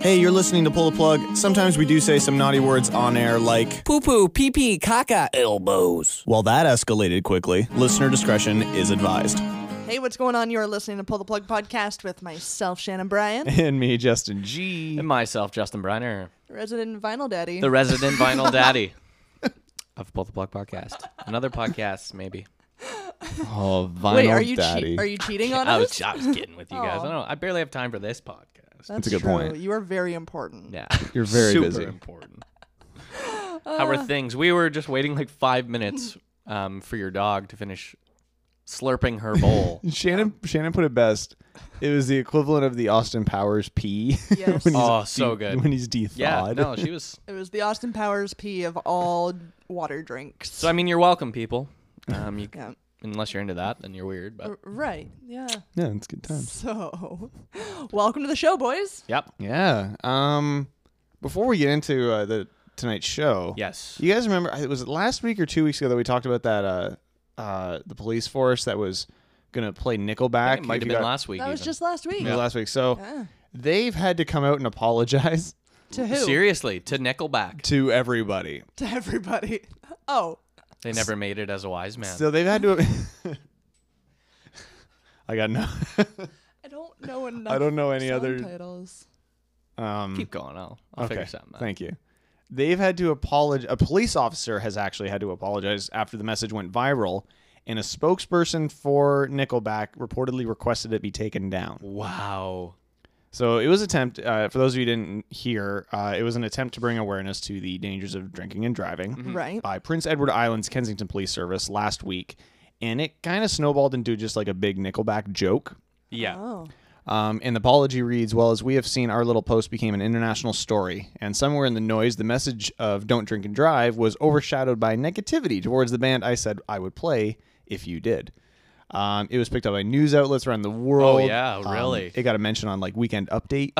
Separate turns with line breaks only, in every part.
Hey, you're listening to Pull the Plug. Sometimes we do say some naughty words on air like,
Poo poo, pee pee, caca, elbows.
well, that escalated quickly. Listener discretion is advised.
Hey, what's going on? You're listening to Pull the Plug podcast with myself, Shannon Bryan,
And me, Justin G.
And myself, Justin Briner,
resident vinyl daddy.
the resident vinyl daddy of Pull the Plug podcast. Another podcast, maybe.
Oh, vinyl
Wait, are you
daddy.
che- are you cheating on
I
us?
was, I was kidding with you guys.
Aw.
I don't know. I barely have time for this podcast.
That's
a good
true.
point.
You are very important.
Yeah.
You're very
Super
busy.
important. How are things? We were just waiting like five minutes um, for your dog to finish slurping her bowl.
Shannon Shannon put it best. It was the equivalent of the Austin Powers pee.
Yes.
when he's
Oh, so good.
When he's defawed.
yeah. No, she was.
It was the Austin Powers pee of all water drinks.
So, I mean, you're welcome, people. Um, you,
yeah.
Unless you're into that, then you're weird. But
R- Right. Yeah.
yeah, it's good times.
So, welcome to the show, boys.
yep.
Yeah. Um, before we get into uh, the tonight's show,
Yes.
you guys remember it was it last week or two weeks ago that we talked about that uh, uh, the police force that was gonna play Nickelback.
It might
if
have
you
been
got-
last week.
That was
even.
just last week.
maybe last week. So
Yeah.
they've had to come out and apologize
To who?
Seriously, to Nickelback.
to everybody.
To everybody. Oh,
They never made it as a wise man.
So they've had to. I got no.
I don't know enough.
I don't know any
song
other.
titles.
Um,
Keep going. I'll, I'll figure something out.
Thank you. They've had to apologize. A police officer has actually had to apologize after the message went viral, and a spokesperson for Nickelback reportedly requested it be taken down.
Wow.
So it was attempt. Uh, for those of you who didn't hear, uh, it was an attempt to bring awareness to the dangers of drinking and driving
Mm-hmm.
Right.
by Prince Edward Island's Kensington Police Service last week, and it kind of snowballed into just like a big Nickelback joke.
Yeah.
Oh.
Um, and the apology reads, "Well, as we have seen, our little post became an international story, and somewhere in the noise, the message of don't drink and drive was overshadowed by negativity towards the band. I said I would play if you did. Um, it was picked up by news outlets around the world.
Oh, yeah,
Um,
really?
it got a mention on like Weekend Update,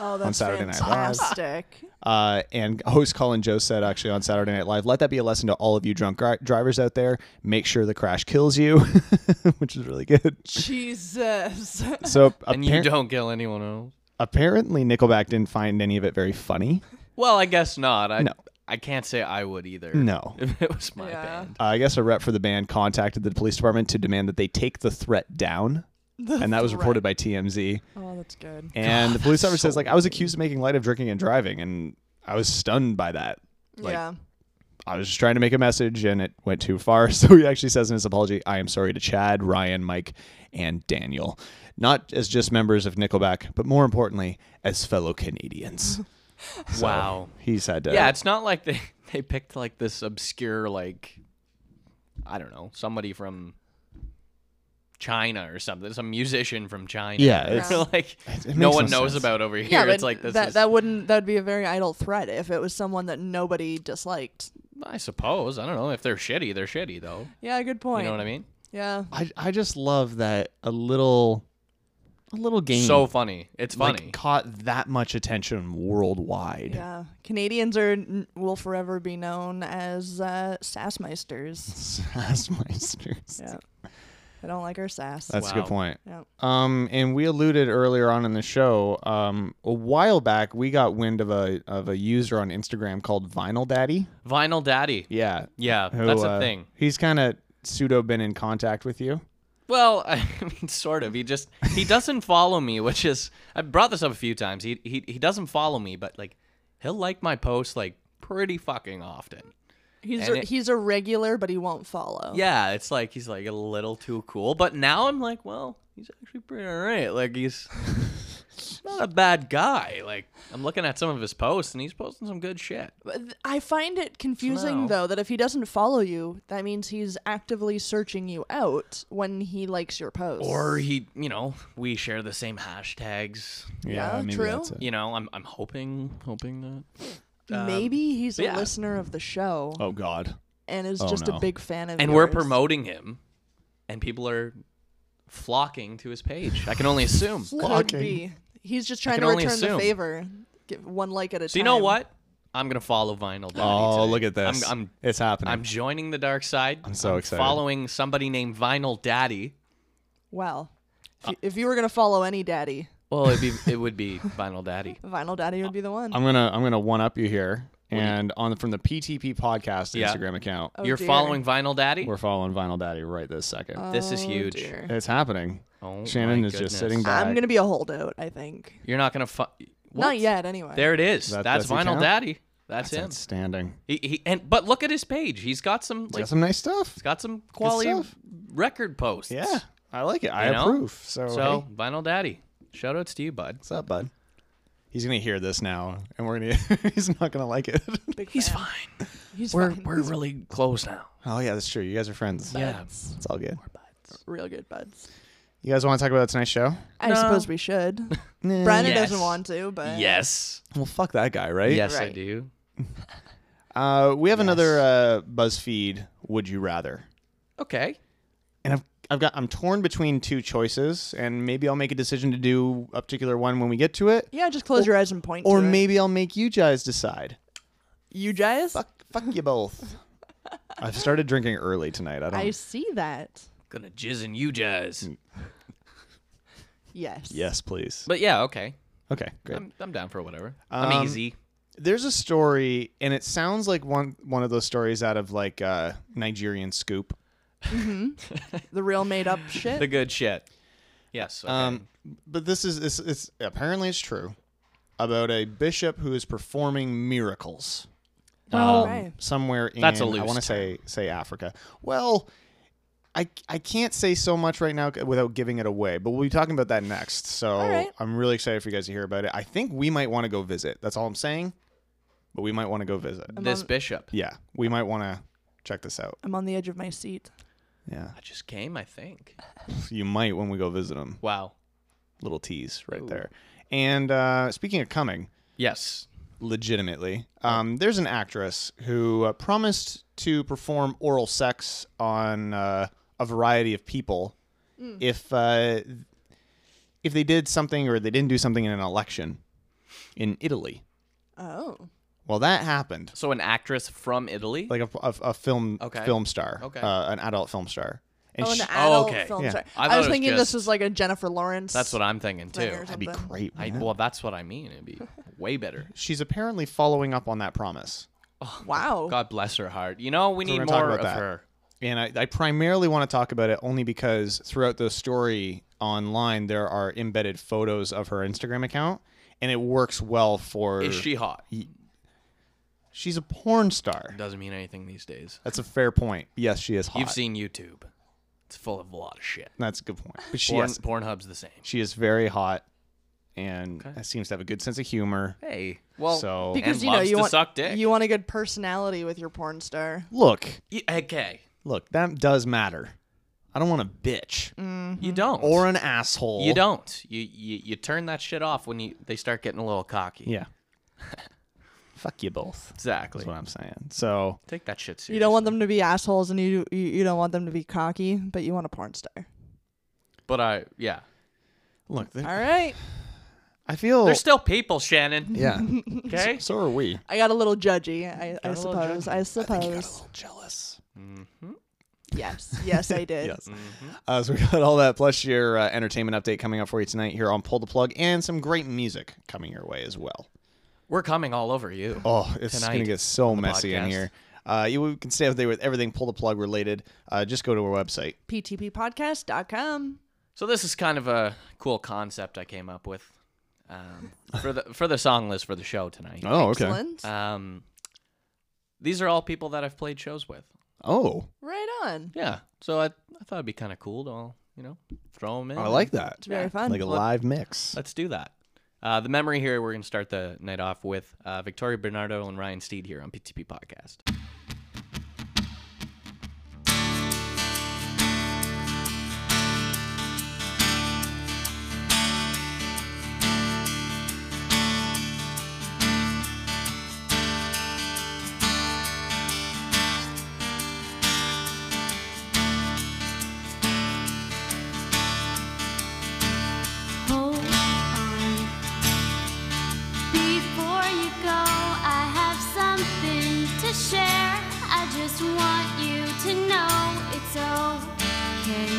Oh, that's
Saturday Night Live.
fantastic.
uh, and host Colin Joe said actually on Saturday Night Live, "Let that be a lesson to all of you drunk gri- drivers out there. Make sure the crash kills you," which is really good.
Jesus.
So
And you
appar-
don't kill anyone else.
apparently, Nickelback didn't find any of it very funny.
Well, I guess not. I
No.
I can't say I would either.
No.
If it was my
Yeah.
band.
Uh, I guess a rep for the band contacted the police department to demand that they take the threat down. and that was reported by TMZ.
Oh, that's good.
And the police officer says, like, I was accused of making light of drinking and driving, and I was stunned by that. Like,
yeah.
I was just trying to make a message, and it went too far. So he actually says in his apology, I am sorry to Chad, Ryan, Mike, and Daniel. Not as just members of Nickelback, but more importantly, as fellow Canadians. uh, So
Wow.
He's had to.
Yeah, it's not like they, they picked like this obscure like I don't know, somebody from China or something, some musician from China.
Yeah,
They're
it's-
like
it makes
no one
no
knows
sense.
about over here.
Yeah,
it's
but
like this
that
is-
that wouldn't that would be a very idle threat if it was someone that nobody disliked.
I suppose. I don't know. If they're shitty, they're shitty though.
Yeah, good point.
You know what I mean?
Yeah.
I, I just love that a little. A little game.
So funny. It's funny.
like caught that much attention worldwide.
Yeah, Canadians are n- will forever be known as uh, sassmeisters.
Sassmeisters.
Yeah, I don't like our sass.
That's a
Wow.
good point.
Yeah.
Um, and we alluded earlier on in the show, um, a while back we got wind of a of a user on Instagram called Vinyl Daddy.
Vinyl Daddy.
Yeah.
Yeah,
Who,
that's a
uh,
thing.
He's kind of pseudo been in contact with you.
Well, I mean, sort of. He just he doesn't follow me, which is I brought this up a few times. He he he doesn't follow me, but like he'll like my posts like pretty fucking often.
he's
and
a,
it-
he's a regular, but he won't follow.
Yeah, it's like he's like a little too cool. But now I'm like, well, he's actually pretty alright. Like he's not a bad guy. Like I'm looking at some of his posts and he's posting some good shit.
But th- I find it confusing
now-
though that if he doesn't follow you, that means he's actively searching you out when he likes your post.
Or he, you know, we share the same hashtags.
Yeah, maybe Oh, true. that's
You know, I'm I'm hoping hoping that
maybe he's a
yeah.
listener of the show
Oh God.
and is
oh,
just
no.
a big fan of.
and we're
yours.
promoting him, and people are flocking to his page. I can only assume. so
Could
Flocking.
be. He's just trying
can
to
only
return the
assume.
favor. Give one like at a time.
you know what? I'm gonna follow Vinyl. Daddy
Oh,
today.
look at this.
I'm I'm,
it's happening.
I'm joining the dark side. I'm
so excited.
Following somebody named Vinyl Daddy. Uh,
Well, if, you, if you were gonna follow any daddy,
Well, it'd be it would be Vinyl Daddy.
Vinyl Daddy would be the one.
I'm gonna I'm gonna one up you here, and on the, from the PTP podcast
Yeah.
Instagram account,
Oh,
You're
dear.
following Vinyl Daddy.
we're following Vinyl Daddy right this second.
this is
Oh,
huge.
dear.
it's happening.
Oh,
Shannon
my
is just
goodness.
sitting back.
I'm gonna be a holdout. I think.
You're not gonna fu-
Not
What?
yet, anyway.
There it is.
That-
that's
does he
Vinyl
count?
Daddy. That's,
That's
him.
outstanding.
He, he and but look at his page. He's got some
He's
like
got some nice stuff.
he's got some quality
stuff.
record posts.
Yeah, I like it. I
You know?
approve. So,
So
hey,
Vinyl Daddy, shout outs to you, bud.
what's up, bud? He's gonna hear this now, and we're gonna. he's not gonna like it.
Big
He's
fan.
fine.
He's
We're
fine.
we're really close now.
oh yeah, that's true. You guys are friends.
Yeah.
It's all good.
real good buds.
You guys want to talk about tonight's show?
I
No.
suppose we should. Brennan doesn't
Yes.
want to, but
Yes.
Well, fuck that guy, right?
Yes, I
Right.
do.
Uh, we have another uh, BuzzFeed Would You Rather,
Okay.
and I've I've got I'm torn between two choices, and maybe I'll make a decision to do a particular one when we get to it,
yeah, just close your eyes and point.
or
to it.
maybe I'll make you guys decide.
you guys.
Fuck, fuck you both. I've started drinking early tonight. I don't.
I see that.
Gonna jizz in you guys.
Mm.
Yes.
Yes, please.
But yeah, okay.
Okay, great.
I'm, I'm down for whatever.
Um,
I'm easy.
There's a story, and it sounds like one one of those stories out of like uh, Nigerian Scoop.
The real made up shit.
The good shit. Yes. Okay.
Um, but this is it's, it's apparently it's true about a bishop who is performing miracles
Well,
um,
right.
somewhere in
That's a
I
loose
want to
term.
say say Africa. Well, I I can't say so much right now without giving it away, but we'll be talking about that next. So
All right.
I'm really excited for you guys to hear about it. I think we might want to go visit. That's all I'm saying. But we might want to go visit.
this bishop.
Yeah, we might want to check this out.
I'm on the edge of my seat.
Yeah,
I just came, I think.
you might when we go visit him.
Wow.
Little tease right there. And uh, speaking of coming,
Yes.
legitimately. Um, there's an actress who uh, promised to perform oral sex on uh, a variety of people
Mm.
if uh, if they did something or they didn't do something in an election in Italy.
Oh.
Well, that happened.
So an actress from Italy.
Like a, a, a film
Okay.
film star,
Okay.
uh, an adult film star, and
Oh, an
she,
adult
okay.
film
Yeah.
star. I,
I thought
was
it was
thinking this
just-
was like a Jennifer Lawrence.
that's what I'm thinking
thing
too.
or
that'd be
something.
great.
I,
man.
well, that's what I mean. It'd be way better.
She's apparently following up on that promise.
Wow.
God bless her heart. You know, we
we're
need
gonna talk
more of
about that.
her.
And I, I primarily want to talk about it only because throughout the story online, there are embedded photos of her Instagram account, and it works well for.
Is she hot?
She's a porn star.
Doesn't mean anything these days.
That's a fair point. Yes, she is hot.
You've seen YouTube. It's full of a lot of shit.
That's a good point. But she,
Porn,
yes,
Pornhub's the same.
she is very hot, and seems to have a good sense of humor.
Hey, well,
So-
because
and
you know
loves
you
to
want
suck dick.
you want a good personality with your porn star.
Look,
Y- okay,
look, that does matter. I don't want a bitch
you don't,
Mm-hmm. or an asshole.
Mm. you don't. You, you you turn that shit off when you they start getting a little cocky.
Yeah. Fuck you both.
exactly.
That's what I'm saying. So
Take that shit seriously.
You don't want them to be assholes, and you, you you don't want them to be cocky, but you want a porn star.
But I, yeah,
look, th-
All right,
I feel
they're still people, Shannon.
Yeah.
Okay.
so are we.
I got a little judgy. I, I
a little
suppose. I suppose.
jealous.
Yes, yes, I did.
Yes. Uh, so we got all that plus your uh, entertainment update coming up for you tonight here on Pull the Plug, and some great music coming your way as well.
We're coming all over you.
Oh, it's
Tonight
gonna get so messy in
podcast.
here. Uh, you can stay up there with everything Pull the Plug related. Uh, just go to our website.
PTPpodcast.com.
So this is kind of a cool concept I came up with um, for the for the song list for the show tonight.
Oh,
Excellent.
Um, these are all people that I've played shows with.
Oh,
Right on.
Yeah. So I I thought it'd be kind of cool to all, you know throw them in.
I like that.
It's very fun.
Like a live mix.
Let's do that. Uh, the memory here. We're gonna start the night off with uh, Victoria Bernardo and Ryan Steed here on PTP Podcast.
Hold on. Before you go, I have something to share. I just want you to know it's okay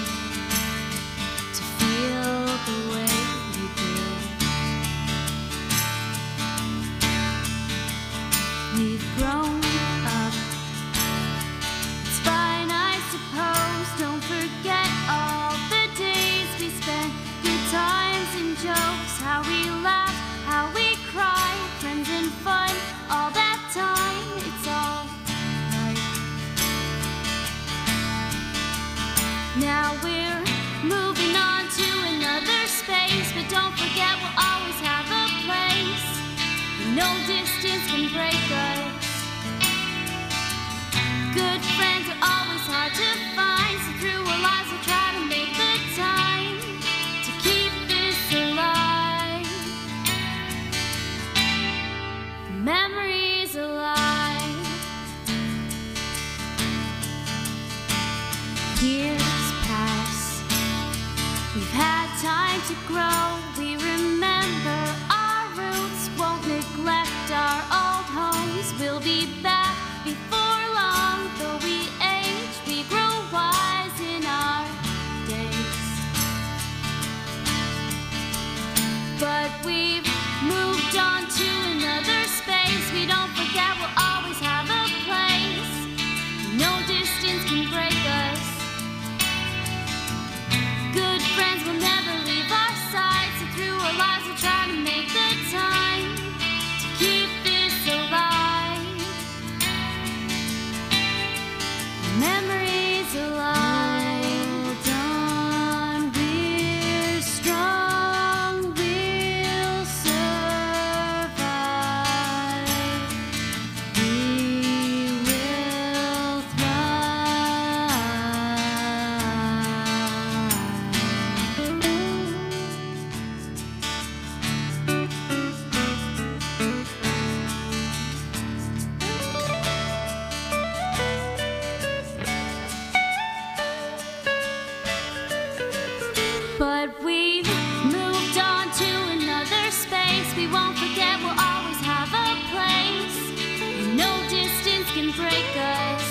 to feel the way you do. No distance can break us. Good friends are always hard to find. So through our lives, we'll try to make the time to keep this alive. Memories alive. Years pass. We've had time to grow. We remember our roots. Won't neglect our old homes. We'll be back before long. Though we age, we grow wise in our days. But we've moved on to another space. We don't forget we'll always have a place. No distance can break us. Good friends will never leave our side. So through our lives, we'll try to make the time to keep this alive. Memories alive. Hold on, we're strong. We'll survive. We will thrive. But we've moved on to another space. We won't forget we'll always have a place. And no distance can break us.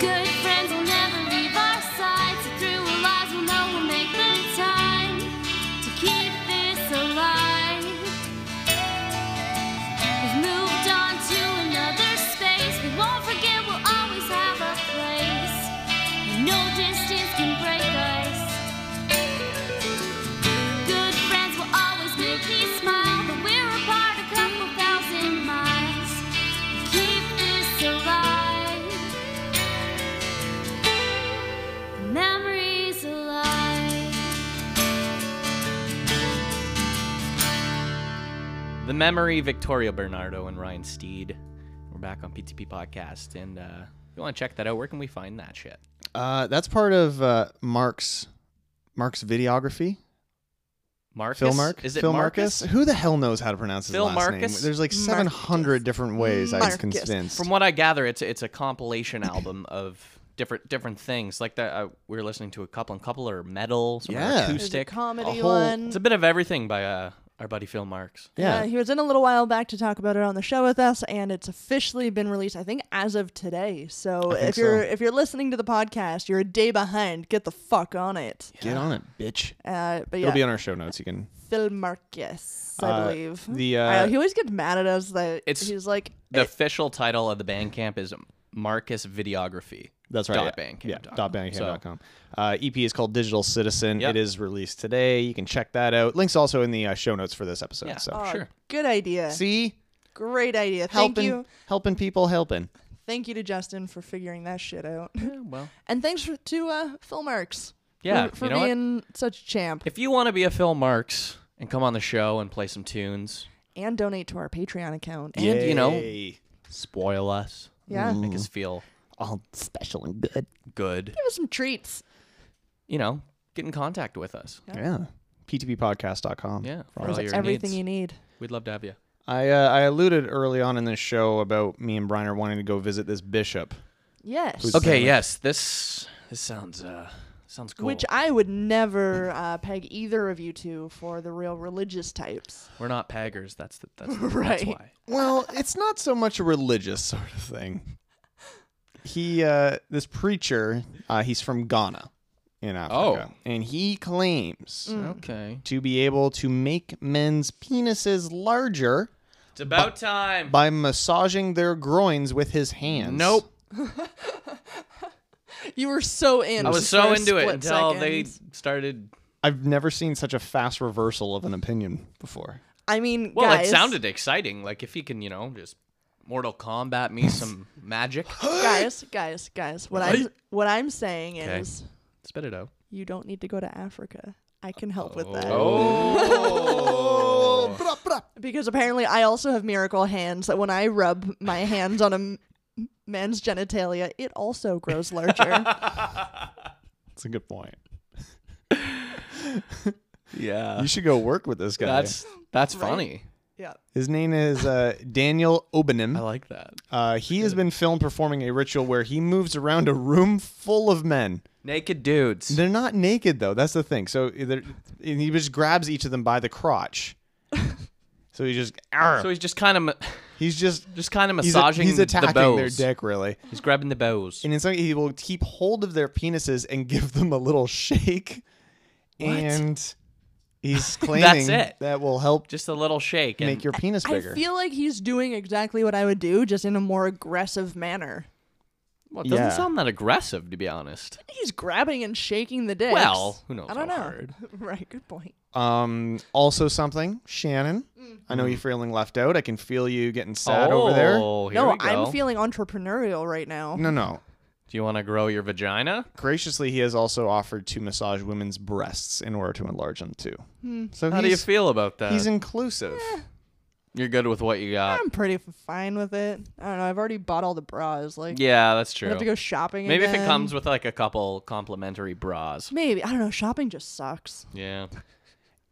Good friends will never leave our side. So through our lives, we'll know we'll make the time to keep this alive. We've moved on to another space. We won't forget we'll always have a place. No distance can break us. Good friends will always make me smile, but we're apart a couple thousand miles. Keep this alive. Memories alive.
The memory, Victoria Bernardo and Ryan Steed. We're back on PTP Podcast, and uh, if you want to check that out, where can we find that shit?
Uh, that's part of uh, Mark's Mark's videography.
Marcus?
Phil Mark.
Is it
Phil
Marcus?
Who the hell knows how to pronounce his
Phil
last
Marcus?
name? There's like 700 different ways I was
Marcus.
convinced.
From what I gather, it's it's a compilation album of different different things. Like that, uh, we were listening to a couple and couple or metal, some
Yeah. There's a
There's a
acoustic.
comedy
whole-
one.
it's a bit of everything by uh, our buddy Phil Marks.
yeah.
Uh, he was in a little while back to talk about it on the show with us, and it's officially been released. I think as of today. So
think
if you're
so.
if you're listening to the podcast, you're a day behind. Get the fuck on it.
Get on it, bitch.
Uh, but yeah,
It'll be on our show notes. You can.
Phil Marcus, I
Uh,
believe.
the,
I-
uh,
he always gets mad at us that
It's
he's like
The official title of the Bandcamp is Marcus Videography.
That's right.
Dot
yeah.
Bandcamp
Yeah.
dot
Dot
com. So-
bandcamp.com. Uh, EP is called Digital Citizen.
Yep.
It is released today. You can check that out. Links also in the uh, show notes for this episode.
Yeah.
So
Oh,
"Oh,
sure.
Good idea.
see,
Great idea. Thank
helping
you.
helping people helping.
Thank you to Justin for figuring that shit out.
Yeah, well,
and thanks for, to uh, Phil Marks.
Yeah,
For, for
you know what?
being such a champ.
if you want to be a Phil Marks and come on the show and play some tunes
and donate to our Patreon account.
and, you know,
Yay.
spoil us,
Yeah.
make us feel
all special and good.
good,
Give us some treats.
you know, get in contact with us.
Yeah. PTBpodcast.com.
Yeah. For
That's
all your
everything
needs.
you need.
We'd love to have you.
I uh, I alluded early on in this show about me and Briner wanting to go visit this bishop.
Yes.
Who's-
Okay,
Sandwich.
yes. This this sounds uh sounds cool.
Which I would never uh, peg either of you two for the real religious types.
We're not paggers. That's the, that's,
Right.
that's why.
Well, it's not so much a religious sort of thing. He uh, this preacher, uh, he's from Ghana in Africa,
Oh.
and he claims
Okay.
to be able to make men's penises larger
It's about time.
by massaging their groins with his hands.
Nope.
You were so in.
I was
for
so
a
into it
split
until they
second.
started.
I've never seen such a fast reversal of an opinion before.
I mean,
Well,
guys,
it sounded exciting. Like if he can, you know, just Mortal Kombat me some magic.
Guys, guys, guys. What I'm what I'm saying
Okay.
is,
Spit it out.
you don't need to go to Africa. I can help with that.
Oh.
Because apparently I also have miracle hands that when I rub my hands on a m- man's genitalia, it also grows larger.
That's a good point.
Yeah.
You should go work with this guy.
Uh, That's that's funny.
yeah.
His name is uh, Daniel Obenim.
I like that.
Uh, he has been filmed performing a ritual where he moves around a room full of men.
Naked dudes.
They're not naked though. That's the thing. So either, and he just grabs each of them by the crotch. so he just,
So he's just kind of
he's just,
just kind of
he's, a-
massaging
he's attacking
the bows.
their dick really.
He's grabbing the bows.
And in some, he will keep hold of their penises and give them a little shake. And he's claiming
it.
that will help
just a little shake. And
make your penis
I
bigger.
feel like he's doing exactly what I would do, just in a more aggressive manner.
well, it doesn't
Yeah.
sound that aggressive, to be honest.
He's grabbing and shaking the dick.
Well, who knows
I don't
how
know.
hard.
right, good point.
Um, also something, Shannon. I know you're feeling left out. I can feel you getting sad over there.
Mm. Oh, here
no,
we go.
I'm feeling entrepreneurial right now.
No, no.
Do you want to grow your vagina?
Graciously, he has also offered to massage women's breasts in order to enlarge them too. So
How
he's,
do you feel about that?
He's inclusive.
You're good with what you got.
I'm pretty f- fine with it. I don't know. I've already bought all the bras. Like,
Yeah, that's
I
true.
have to go shopping.
Maybe if it
again.
comes with like a couple complimentary bras.
Maybe I don't know. Shopping just sucks.
Yeah.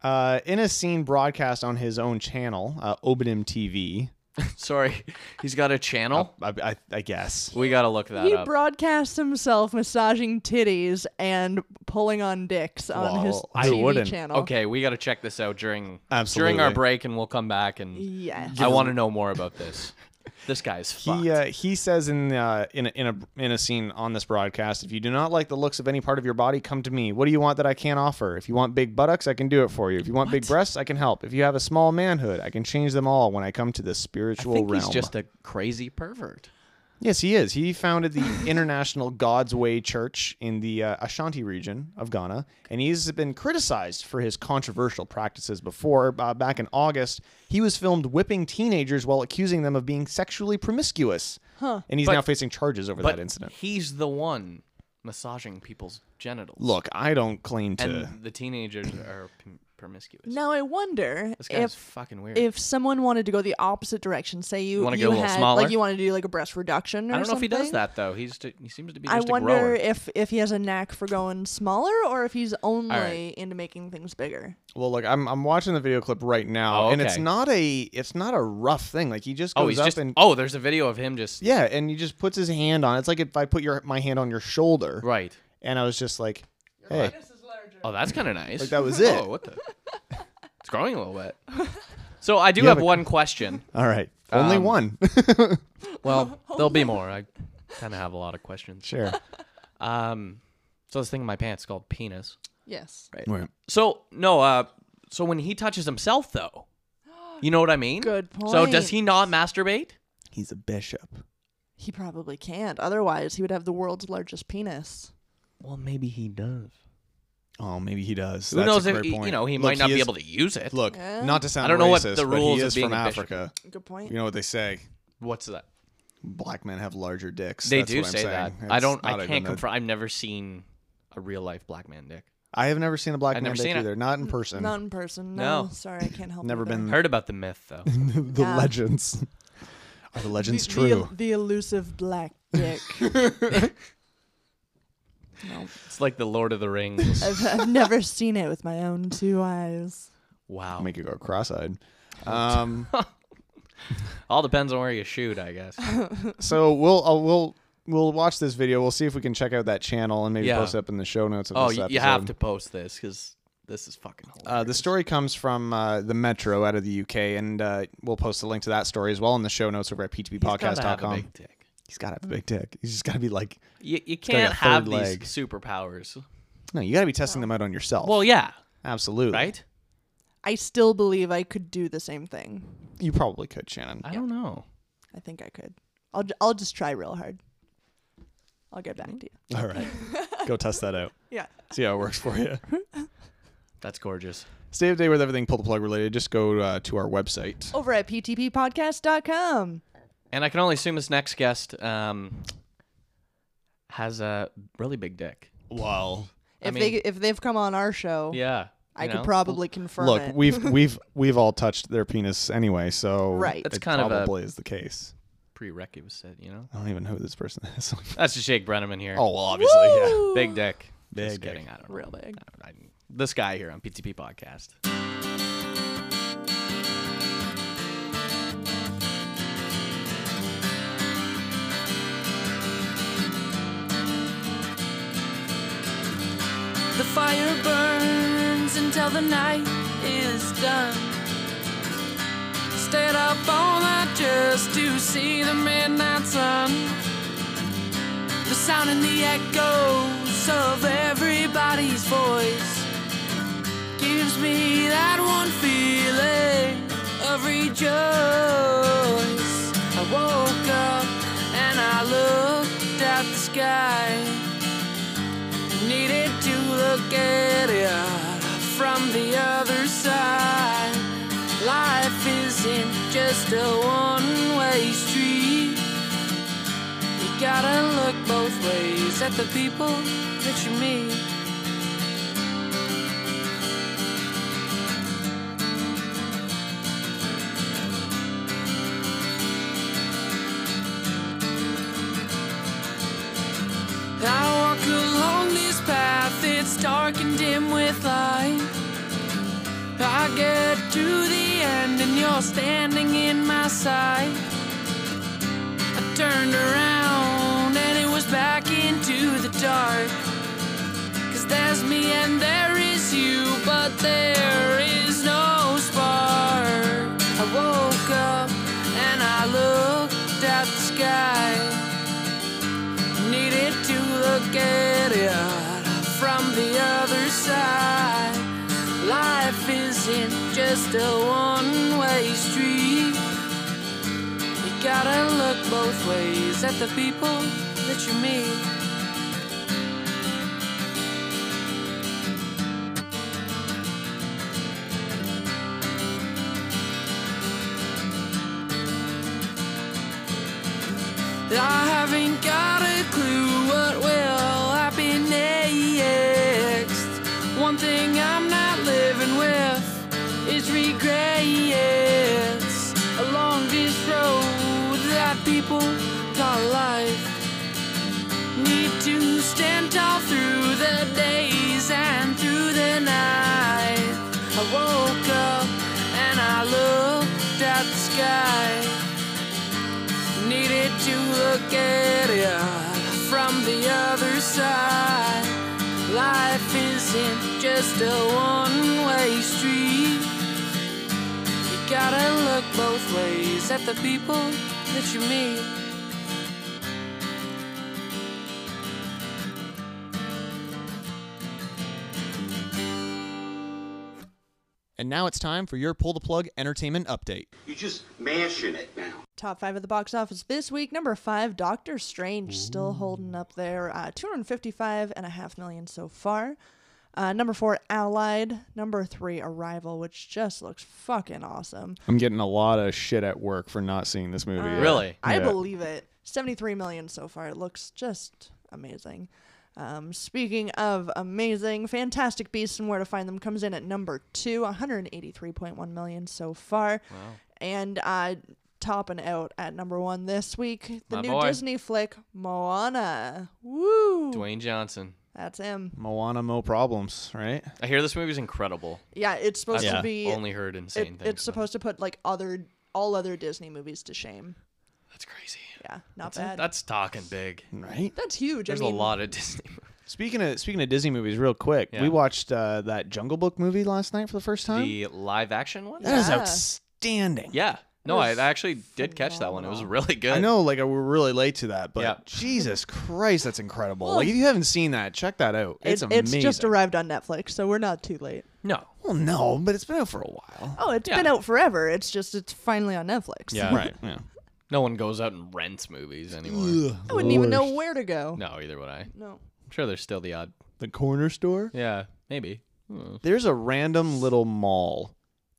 Uh, in a scene broadcast on his own channel, uh, Obedim TV.
Sorry, he's got a channel.
I, I, I guess.
We gotta look that
he
up.
broadcasts himself massaging titties and pulling on dicks on his
Well, I
TV
wouldn't.
channel.
Okay, we gotta check this out during during
Absolutely.
our break, and we'll come back and
Yes.
I want to know more about this. This guy's fucked.
He uh, he says in uh, in a, in a in a scene on this broadcast, if you do not like the looks of any part of your body, come to me. What do you want that I can't offer? If you want big buttocks, I can do it for you. If you want big breasts, I can help. If you have a small manhood, I can change them all when I come to the
I
spiritual
think
realm.
he's just a crazy pervert.
yes, he is. He founded the International God's Way Church in the uh, Ashanti region of Ghana, and he's been criticized for his controversial practices before. Uh, back in August, he was filmed whipping teenagers while accusing them of being sexually promiscuous. And he's
But-
now facing charges over
But
that incident.
he's the one massaging people's genitals.
Look, I don't claim to.
and the teenagers are p- promiscuous.
Now I wonder
this
if
guy's fucking weird.
if someone wanted to go the opposite direction, say you,
You wanna
you
get a little
had,
smaller?
like you want to do like a breast reduction or
I don't know if he does
something.
that though. He's ju- he seems to be
I
just a
wonder
grower.
if if he has a knack for going smaller or if he's only
right.
into making things bigger.
well, look, I'm I'm watching the video clip right now,
Oh,
and it's
okay.
not a it's not a rough thing. Like he just goes
oh, he's
up
just
and
oh, there's a video of him just
yeah, and he just puts his hand on. It's like if I put your my hand on your shoulder,
right.
and I was just like, hey,
Oh, that's kind of nice.
Like, that was it.
Oh, what the? It's growing a little bit. So I do
You have
have
a-
one question.
all right, only
Um,
one,
Well, there'll be more. I kind of have a lot of questions.
sure.
Um, so this thing in my pants called penis.
Yes.
Right.
So no, uh, so when he touches himself though, you know what I mean?
Good
So does he
point.
not masturbate?
He's a bishop.
He probably can't. Otherwise, he would have the world's largest penis.
Well, maybe he does.
Oh, maybe he does.
Who
That's
knows
a
if
great point.
you know he
Look,
might not be
is-
able to use it.
Look,
Yeah.
not to sound
I don't know what
racist,
the
but he
rules of
is
being
from
a bishop.
Africa.
Good point.
You know what they say:
what's that?
black men have larger dicks.
They
That's
do
what I'm
say that.
saying.
I
It's
don't.
not
I
a
can't
good-
confirm. I've never seen a real life black man dick.
I have never seen a black
I've
man
never
dick
seen it.
either. Not in person.
Non person. No.
No.
Sorry, I can't help
Never
you
been
there.
Heard about the myth though.
the
Yeah.
legends. Are the legends
The-
true?
The, the elusive black dick. no.
it's like the Lord of the Rings.
I've, I've never seen it with my own two eyes.
Wow.
Make it go cross-eyed. Um,
All depends on where you shoot, I guess.
so we'll uh, we'll we'll watch this video. We'll see if we can check out that channel and maybe
Yeah.
post it up in the show notes. Of
oh,
this
you, you have to
episode.
post this because this is fucking. Hilarious.
Uh, the story comes from uh, the Metro out of the UK, and uh, we'll post a link to that story as well in the show notes over at ptbpodcast.com.
dick.
He's got to have a big dick. He's just got to be like,
You, you
gotta
can't
get a third
have
leg.
these superpowers.
no, you got to be testing them out on yourself.
Well, yeah,
absolutely.
right.
I still believe I could do the same thing.
You probably could, Shannon.
I don't know.
I think I could. I'll, j- I'll just try real hard. I'll get back
Mm-hmm.
to you.
All right, go test that out.
Yeah.
See how it works for you.
That's gorgeous.
Stay up to date with everything pull the plug related. Just go uh, to our website.
Over at ptppodcast.com.
And I can only assume this next guest um, has a really big dick.
Wow.
If
mean-
they if they've come on our show,
Yeah.
I
know?
could probably confirm
Look,
it.
we've we've we've all touched their penis anyway, so
Right. That's
it
kind of a-
probably is the case.
Prerequisite, you know.
I don't even know who this person is.
That's just Jake Brenneman here.
oh well, obviously, yeah.
big dick. Just
Big dick.
kidding. I don't real big. I, I, this guy here on PTP podcast.
The fire burns until the night is done. Stayed up all night just to see the midnight sun. The sound and the echoes of everybody's voice gives me that one feeling of rejoice. I woke up and I looked at the sky needed to look at it from the other side. Life isn't just a one way street. You gotta look both ways at the people that you meet. I walk along this path, it's dark and dim with light. I get to the end and you're standing in my sight. I turned around and it was back into the dark. Cause there's me and there is you, but there is no spark. I woke up and I looked at the sky needed to look at it from the other side. Life isn't just a one way street. You gotta look both ways at the people that you meet. I haven't got a clue what will happen next. One thing I'm not living with is regrets. Along this road that people call life, need to stand tall through the days and through the night. I woke up and I looked at the sky needed to look at it from the other side. Life isn't just a one way street. You gotta look both ways at the people that you meet.
And now it's time for your pull the plug entertainment update.
You just mashing it now.
Top five of the box office this week. Number five, Doctor Strange, still holding up there. Uh, 255 and a half million so far. Uh, number four, Allied. Number three, Arrival, which just looks fucking awesome.
I'm getting a lot of shit at work for not seeing this movie. yet.
Really?
I
Yeah.
believe it. 73 million so far. It looks just amazing. Um, speaking of amazing, Fantastic Beasts and Where to Find Them comes in at number two, 183.1 million so far. Wow. And uh, topping out at number one this week, the
My
new
boy.
Disney flick, Moana. Woo!
Dwayne Johnson.
That's him.
Moana Mo problems, right?
I hear this movie's incredible.
Yeah, it's supposed
Yeah.
to be.
Only heard
it-
insane things.
it's supposed to put like other all other Disney movies to shame.
That's crazy.
Yeah, not
That's,
bad.
that's talking big.
Right.
That's huge.
There's
I mean,
a lot of Disney. movies.
Speaking of speaking of Disney movies, real quick,
Yeah.
we watched uh, that Jungle Book movie last night for the first time.
The live action one.
That is
Yeah.
outstanding.
Yeah. No, I
was
actually did catch that one. It was really good.
I know, like uh, we're really late to that, but
Yeah.
Jesus Christ, that's incredible! like if you haven't seen that, check that out. It's
it-
amazing.
just arrived on Netflix, so we're not too late.
No.
well, no, but it's been out for a while.
Oh, it's
Yeah.
been out forever. It's just it's finally on Netflix.
Yeah.
right. Yeah.
No one goes out and rents movies anymore.
I wouldn't even know where to go.
No, either would I. I'm
No.
sure there's still the odd.
The corner store.
Yeah, maybe. Hmm.
There's a random little mall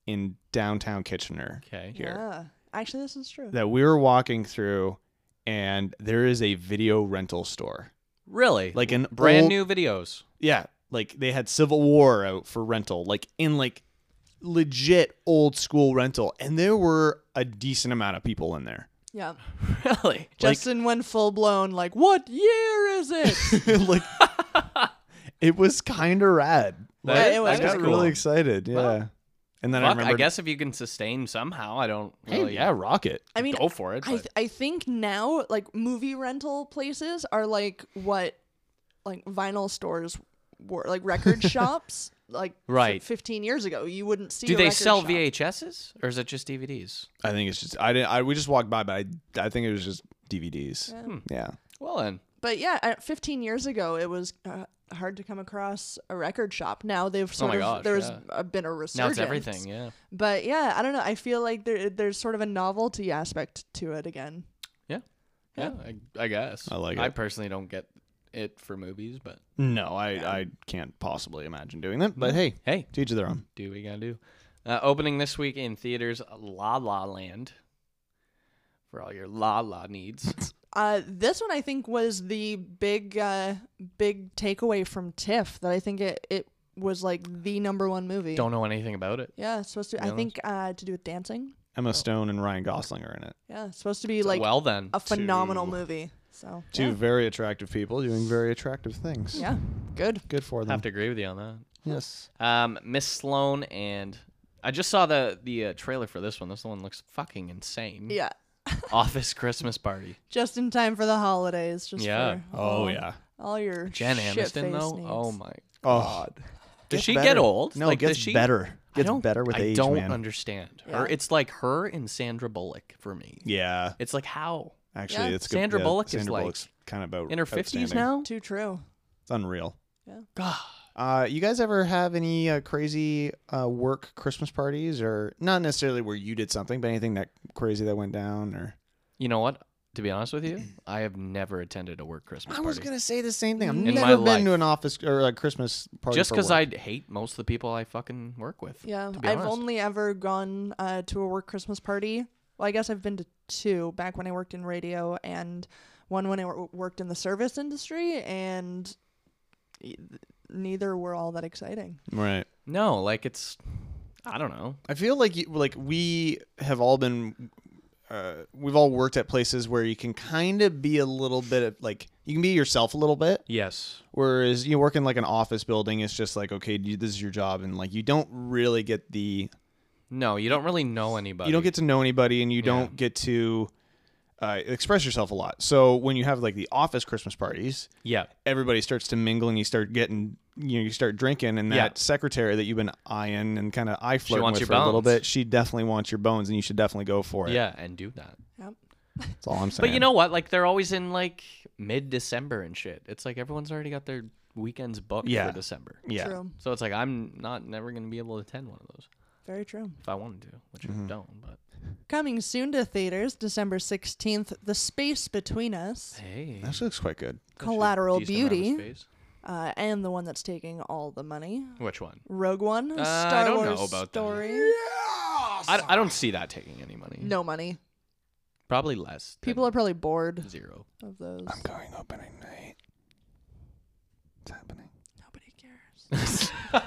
in downtown Kitchener.
Okay.
Here.
Yeah. Ah. Actually, this is true.
that we were walking through and there is a video rental store
Really?
like an
brand
old-
new videos.
yeah like they had Civil War out for rental, like in like legit old school rental, and there were a decent amount of people in there.
Yeah.
Really?
Justin went full blown, like, what year is it?
like it was kind of rad.
That
Like,
is-
it
I
was
got
cool.
really excited. Yeah.
Well,
and then I
Fuck, I,
remember
guess if you can sustain somehow, I don't
hey,
really
yeah, rocket.
I mean,
go for it.
I,
but-
th- I think now, like, movie rental places are like what, like, vinyl stores were, like, record shops, like, f-
Right.
15 years ago. You wouldn't see
Do
a
they
record
sell
shop.
VHSs or is it just DVDs?
I think it's just I didn't I we just walked by but I I think it was just DVDs. Yeah.
Well then,
But yeah, uh, 15 years ago, it was uh, hard to come across a record shop. Now they've sort
Oh my
of,
gosh,
there's
yeah.
uh, been a resurgence.
now it's everything. Yeah,
But yeah, I don't know. I feel like there there's sort of a novelty aspect to it again.
yeah, yeah. I, I guess.
I like
I
it.
personally don't get it for movies, but
No, I I can't possibly imagine doing that. But hey,
hey,
to each their own.
do what you gotta do. Uh, opening this week in theaters, La La Land. For all your La La needs.
Uh, this one I think was the big uh, big takeaway from TIFF that I think it, it was like the number one movie.
don't know anything about it.
yeah, it's supposed to. I think uh, to do with dancing.
Emma
Oh.
Stone and Ryan Gosling are in it.
Yeah, it's supposed to be like
well then,
a phenomenal
two-
movie. So
Two very attractive people doing very attractive things.
yeah, yeah, good.
Good for
I
them.
have to agree with you on that.
Yes.
Um, Miss Sloan and I just saw the the uh, trailer for this one. This one looks fucking insane.
Yeah,
Office Christmas Party.
just in time for the holidays. Just
Yeah.
For
Oh
all-
yeah.
all your
Jen
shit-faced
Aniston though.
needs.
Oh my.
God.
Does she get old?
No,
Like,
it gets
does she-
better.
I
Gets
don't-
better with
I
age,
don't
man.
understand her. It's like her and Sandra Bullock for me.
yeah.
It's like how
Actually,
Yeah.
it's good.
Sandra
yeah,
Bullock is,
Sandra
like,
Bullock's kind of about
in her
outstanding.
fifties now.
Too true.
It's unreal.
God.
Uh, you guys ever have any uh, crazy uh, work Christmas parties, or not necessarily where you did something, but anything that crazy that went down? Or
You know what? To be honest with you, I have never attended a work Christmas
I was
party.
gonna say the same thing. I've
In my
never been
life.
to an office or a Christmas party.
Just
because
because I hate most of the people I fucking work with.
Yeah,
to be
I've
honest.
only ever gone uh, to a work Christmas party. Well, I guess I've been to two back when I worked in radio and one when I w- worked in the service industry, and e- neither were all that exciting.
right.
No, like it's. I don't know.
I feel like you, like we have all been, uh, we've all worked at places where you can kind of be a little bit of like you can be yourself a little bit.
Yes.
Whereas you work in like an office building, it's just like okay, you, this is your job, and like you don't really get the
No, you don't really know anybody.
you don't get to know anybody and you don't get to uh, express yourself a lot so when you have like the office christmas parties
Yeah.
everybody starts to mingle and you start getting you know you start drinking and that
Yeah.
secretary that you've been eyeing and kind of eye flirting
wants
with
your
for a little
bones.
bit she definitely wants your bones and you should definitely go for it
Yeah, and do that.
Yep.
that's all i'm saying
But you know what? Like they're always in like mid December and shit. It's like everyone's already got their weekends booked
Yeah.
for December.
yeah
True.
So it's like I'm not never gonna be able to attend one of those
Very true.
if I wanted to, which
Mm-hmm.
I don't. But
Coming soon to theaters, December 16th, The Space Between Us,
hey,
that looks quite good
Collateral
decent amount of
Beauty,
space.
uh, and the one that's taking all the money,
Which one?
Rogue One, a
Uh, I
Star
don't know
Wars
about that.
story.
I, I don't see that taking any money.
No money.
probably less. than
People are probably bored
zero.
of those.
going opening night it's happening
Nobody cares.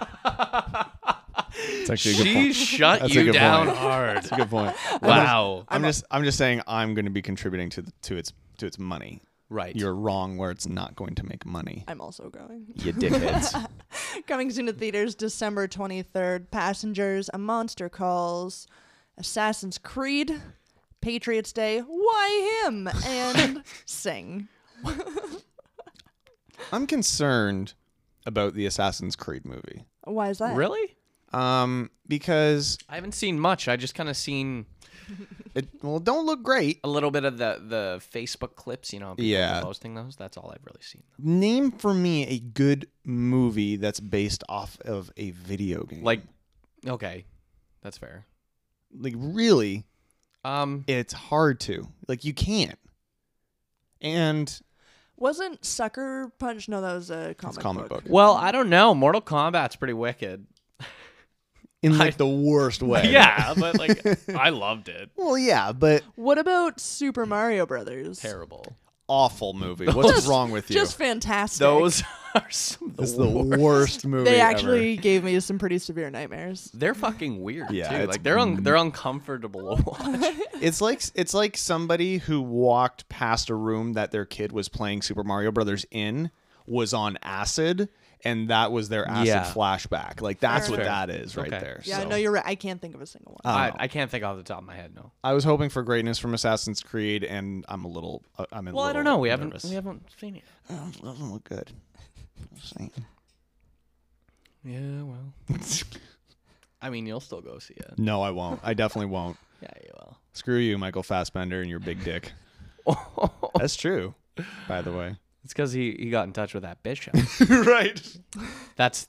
it's actually a good
She
point
shut
That's a
you
good
down
point.
hard.
that's a good point
wow.
i'm just i'm just saying i'm going to be contributing to the, to its to its money
Right.
you're wrong where it's not going to make money.
I'm also going.
You dickheads.
Coming soon to theaters December 23rd Passengers, A Monster Calls, Assassin's Creed, Patriots Day, Why Him? And Sing.
I'm concerned about the Assassin's Creed movie.
Why is that?
really?
Um, because
I haven't seen much. I just kind of seen
it well it don't look great.
a little bit of the the Facebook clips, you know, people
Yeah.
posting those. That's all I've really seen.
Name for me a good movie that's based off of a video game.
Like, okay, that's fair.
like really,
Um,
it's hard to. Like you can't. And
Wasn't Sucker Punch? No, that was a comic,
it's comic book.
well, I don't know. Mortal Kombat's pretty wicked.
In like the worst way.
Yeah, but like, I loved it.
Well, yeah, but
What about Super Mario Brothers?
Terrible.
awful movie. What's
Just-
wrong with you?
Just fantastic.
Those are some of the,
this is the
worst.
worst movie.
they
ever.
actually gave me some pretty severe nightmares.
They're fucking weird
Yeah,
too.
it's-
Like they're un- they're uncomfortable to watch.
It's like it's like somebody who walked past a room that their kid was playing Super Mario Brothers in was on acid, and that was their acid
Yeah.
flashback. Like that's
Fair.
what that is right
Okay.
there.
Yeah,
so.
no, you're right. I can't think of a single one.
I, I can't think off the top of my head. No.
I was hoping for greatness from Assassin's Creed, and I'm a little. Uh, I'm a
Well, I don't
little
know. We haven't
nervous.
we haven't seen it.
It doesn't look good. Just saying.
Yeah. Well. I mean, you'll still go see it.
No, I won't. I definitely won't.
Yeah, you will.
Screw you, Michael Fassbender, and your big dick. That's true, by the way.
It's because he, he got in touch with that bishop.
right.
that's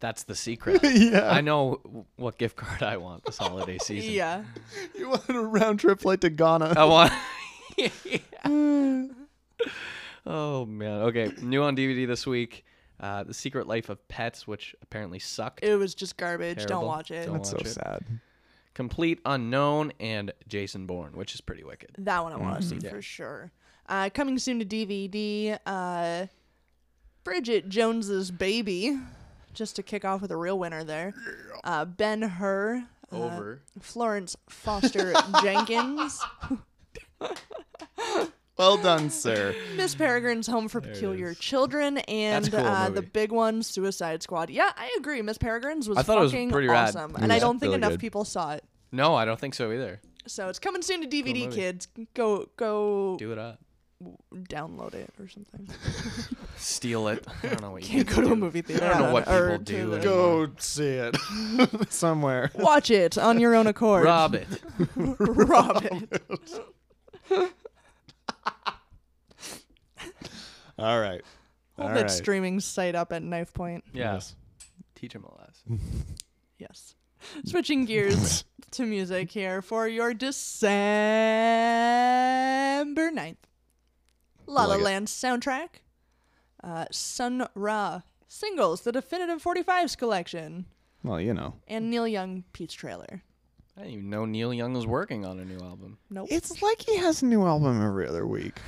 that's the secret.
Yeah.
I know w- what gift card I want this holiday season.
Yeah.
You wanted a round trip flight to Ghana.
I want. oh man. Okay. New on DVD this week. Uh, the Secret Life of Pets, which apparently sucked.
It was just garbage. Don't
Terrible.
watch it.
Don't
That's so
watch it.
sad.
Complete Unknown and Jason Bourne, which is pretty wicked.
That one I
Mm-hmm.
want to see for sure. Uh, coming soon to DVD, uh, Bridget Jones's Baby, just to kick off with a real winner there. Uh, ben Hur, uh,
Over.
Florence Foster Jenkins,
Well done, sir.
Miss Peregrine's Home for Peculiar Children, and
cool
uh,
movie.
the big one, Suicide Squad. Yeah, I agree. Miss Peregrine's was
I thought it was
fucking
pretty rad.
awesome, and I
Yeah,
don't think
really
enough
good.
people saw it.
No, I don't think so either.
So it's coming soon to DVD,
movie.
kids. Go go
Do it up.
download it or something.
Steal it. I don't know what you
Can't
people
go to
do.
a movie theater.
I don't know
on-
what
or to
people do.
the-
anymore.
see it somewhere.
Watch it on your own accord.
Rob it.
Rob it.
All right.
Hold
All
that
right.
streaming site up at knife point.
Yeah.
Yes.
Teach him a lesson.
Yes. Switching gears to music here for your December 9th. La La
like it.
Land soundtrack. Uh, Sun Ra singles, the definitive 45s collection,
Well, you know.
and Neil Young Peach trailer.
I didn't even know Neil Young was working on a new album.
Nope.
It's like he has a new album every other week.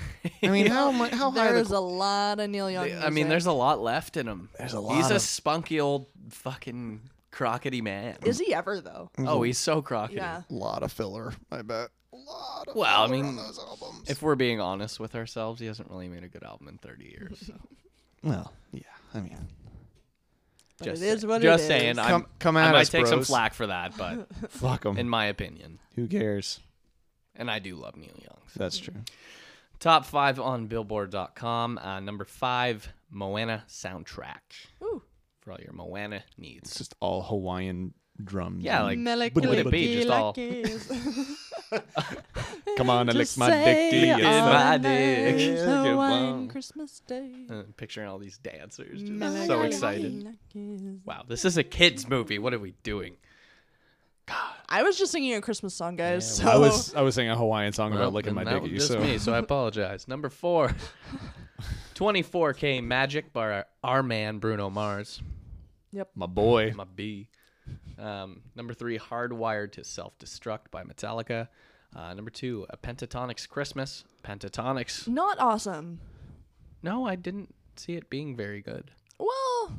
I mean, how mu- how high
there
the
is a lot of Neil Young.
I mean, there's a lot left in him.
There's a
He's
lot
a
of-
spunky old fucking crockety man.
Is he ever though?
oh, he's so crockety.
Yeah.
lot of filler, I bet. A lot of
Well, I
filler
mean,
on those albums.
If we're being honest with ourselves, he hasn't really made a good album in 30 years. So.
well, yeah. I mean,
But
just
it is
saying.
what
just
it is.
saying. I'm,
Come- come
I
at
might
us,
take some
bros.
flack for that, but
fuck them.
in my opinion,
Who cares?
and I do love Neil Young. so.
That's true.
Top five on Billboard.com. Uh, number five, Moana soundtrack.
Ooh.
For all your Moana needs.
It's just all Hawaiian drums.
yeah, like what would it be? Just all
come on, I lick
Just
my dick.
say
to you.
all
son.
my dick.
There's
Yeah,
no
good
one
um,
one.
Christmas Day.
uh, picturing all these dancers. Just so excited.
Lucky.
Wow, this is a kids movie. What are we doing?
I was just singing a Christmas song, guys. so
I was I was singing a Hawaiian song
Well,
about licking
then
my
that
dick. at
was
you,
just
So
me, so I apologize. Number four, 24K Magic by our, our man Bruno Mars.
my boy.
My B. Um, number three, Hardwired to Self Destruct by Metallica. Uh, number two, a Pentatonics Christmas. Pentatonics.
not awesome.
No, I didn't see it being very good.
Well,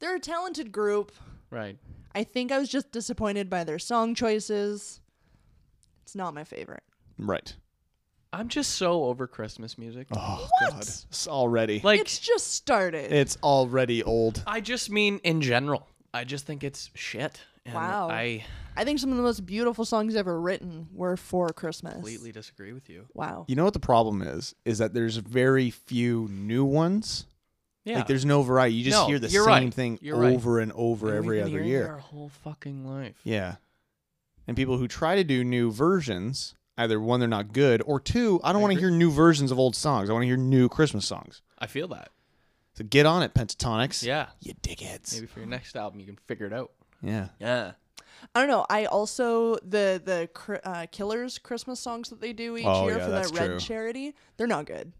they're a talented group.
Right.
I think I was just disappointed by their song choices. It's not my favorite.
Right.
I'm just so over Christmas music.
Oh God. It's already.
Like,
It's just started.
it's already old.
I just mean in general. I just think it's shit. And
Wow.
I
I think some of the most beautiful songs ever written were for Christmas.
completely disagree with you.
Wow.
You know what the problem is? Is that there's very few new ones.
Yeah.
Like there's no variety. You just
No,
hear the same
you're right.
thing
You're right.
over and over
And
every
we've been
other
hearing it
year.
Our whole fucking life.
Yeah. And people who try to do new versions, either one, they're not good, or two, I don't want to hear new versions of old songs. I want to hear new Christmas songs.
I feel that.
So get on it, Pentatonics.
Yeah.
You dickheads.
Maybe for your next album, you can figure it out.
Yeah.
Yeah.
I don't know. I also the the cr- uh, Killers Christmas songs that they do each
Oh,
year
yeah,
for that
that's true.
Red Charity, they're not good.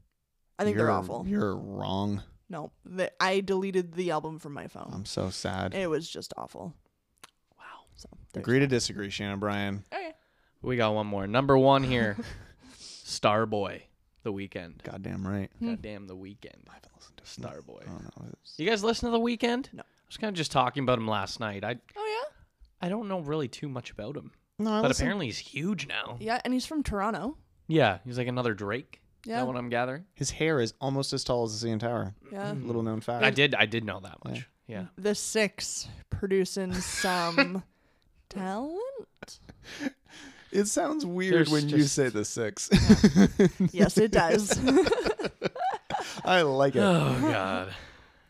I think
you're,
they're awful.
You're wrong.
No, the, I deleted the album from my phone.
I'm so sad.
It was just awful. Wow. So there's
Agree to disagree, Shannon Bryan.
that. Okay.
We got one more. Number one here Starboy The Weekend.
Goddamn right.
Goddamn, The Weekend. Hmm. I haven't listened to Starboy. You guys listen to The Weekend?
No.
I was kind of just talking about him last night. I
Oh
I don't know really too much about him,
No, I
but
listen-
apparently he's huge now.
yeah, yeah, and he's from Toronto.
Yeah, he's like another Drake. Yeah,
Yeah.
that what I'm gathering.
his hair is almost as tall as the CN Tower.
Yeah,
Little known fact.
Hmm. I did. I did know that much. Yeah.
the six producing some talent.
It sounds weird
There's
when you
just-
say the six.
Yes, it does.
I like it.
Oh God.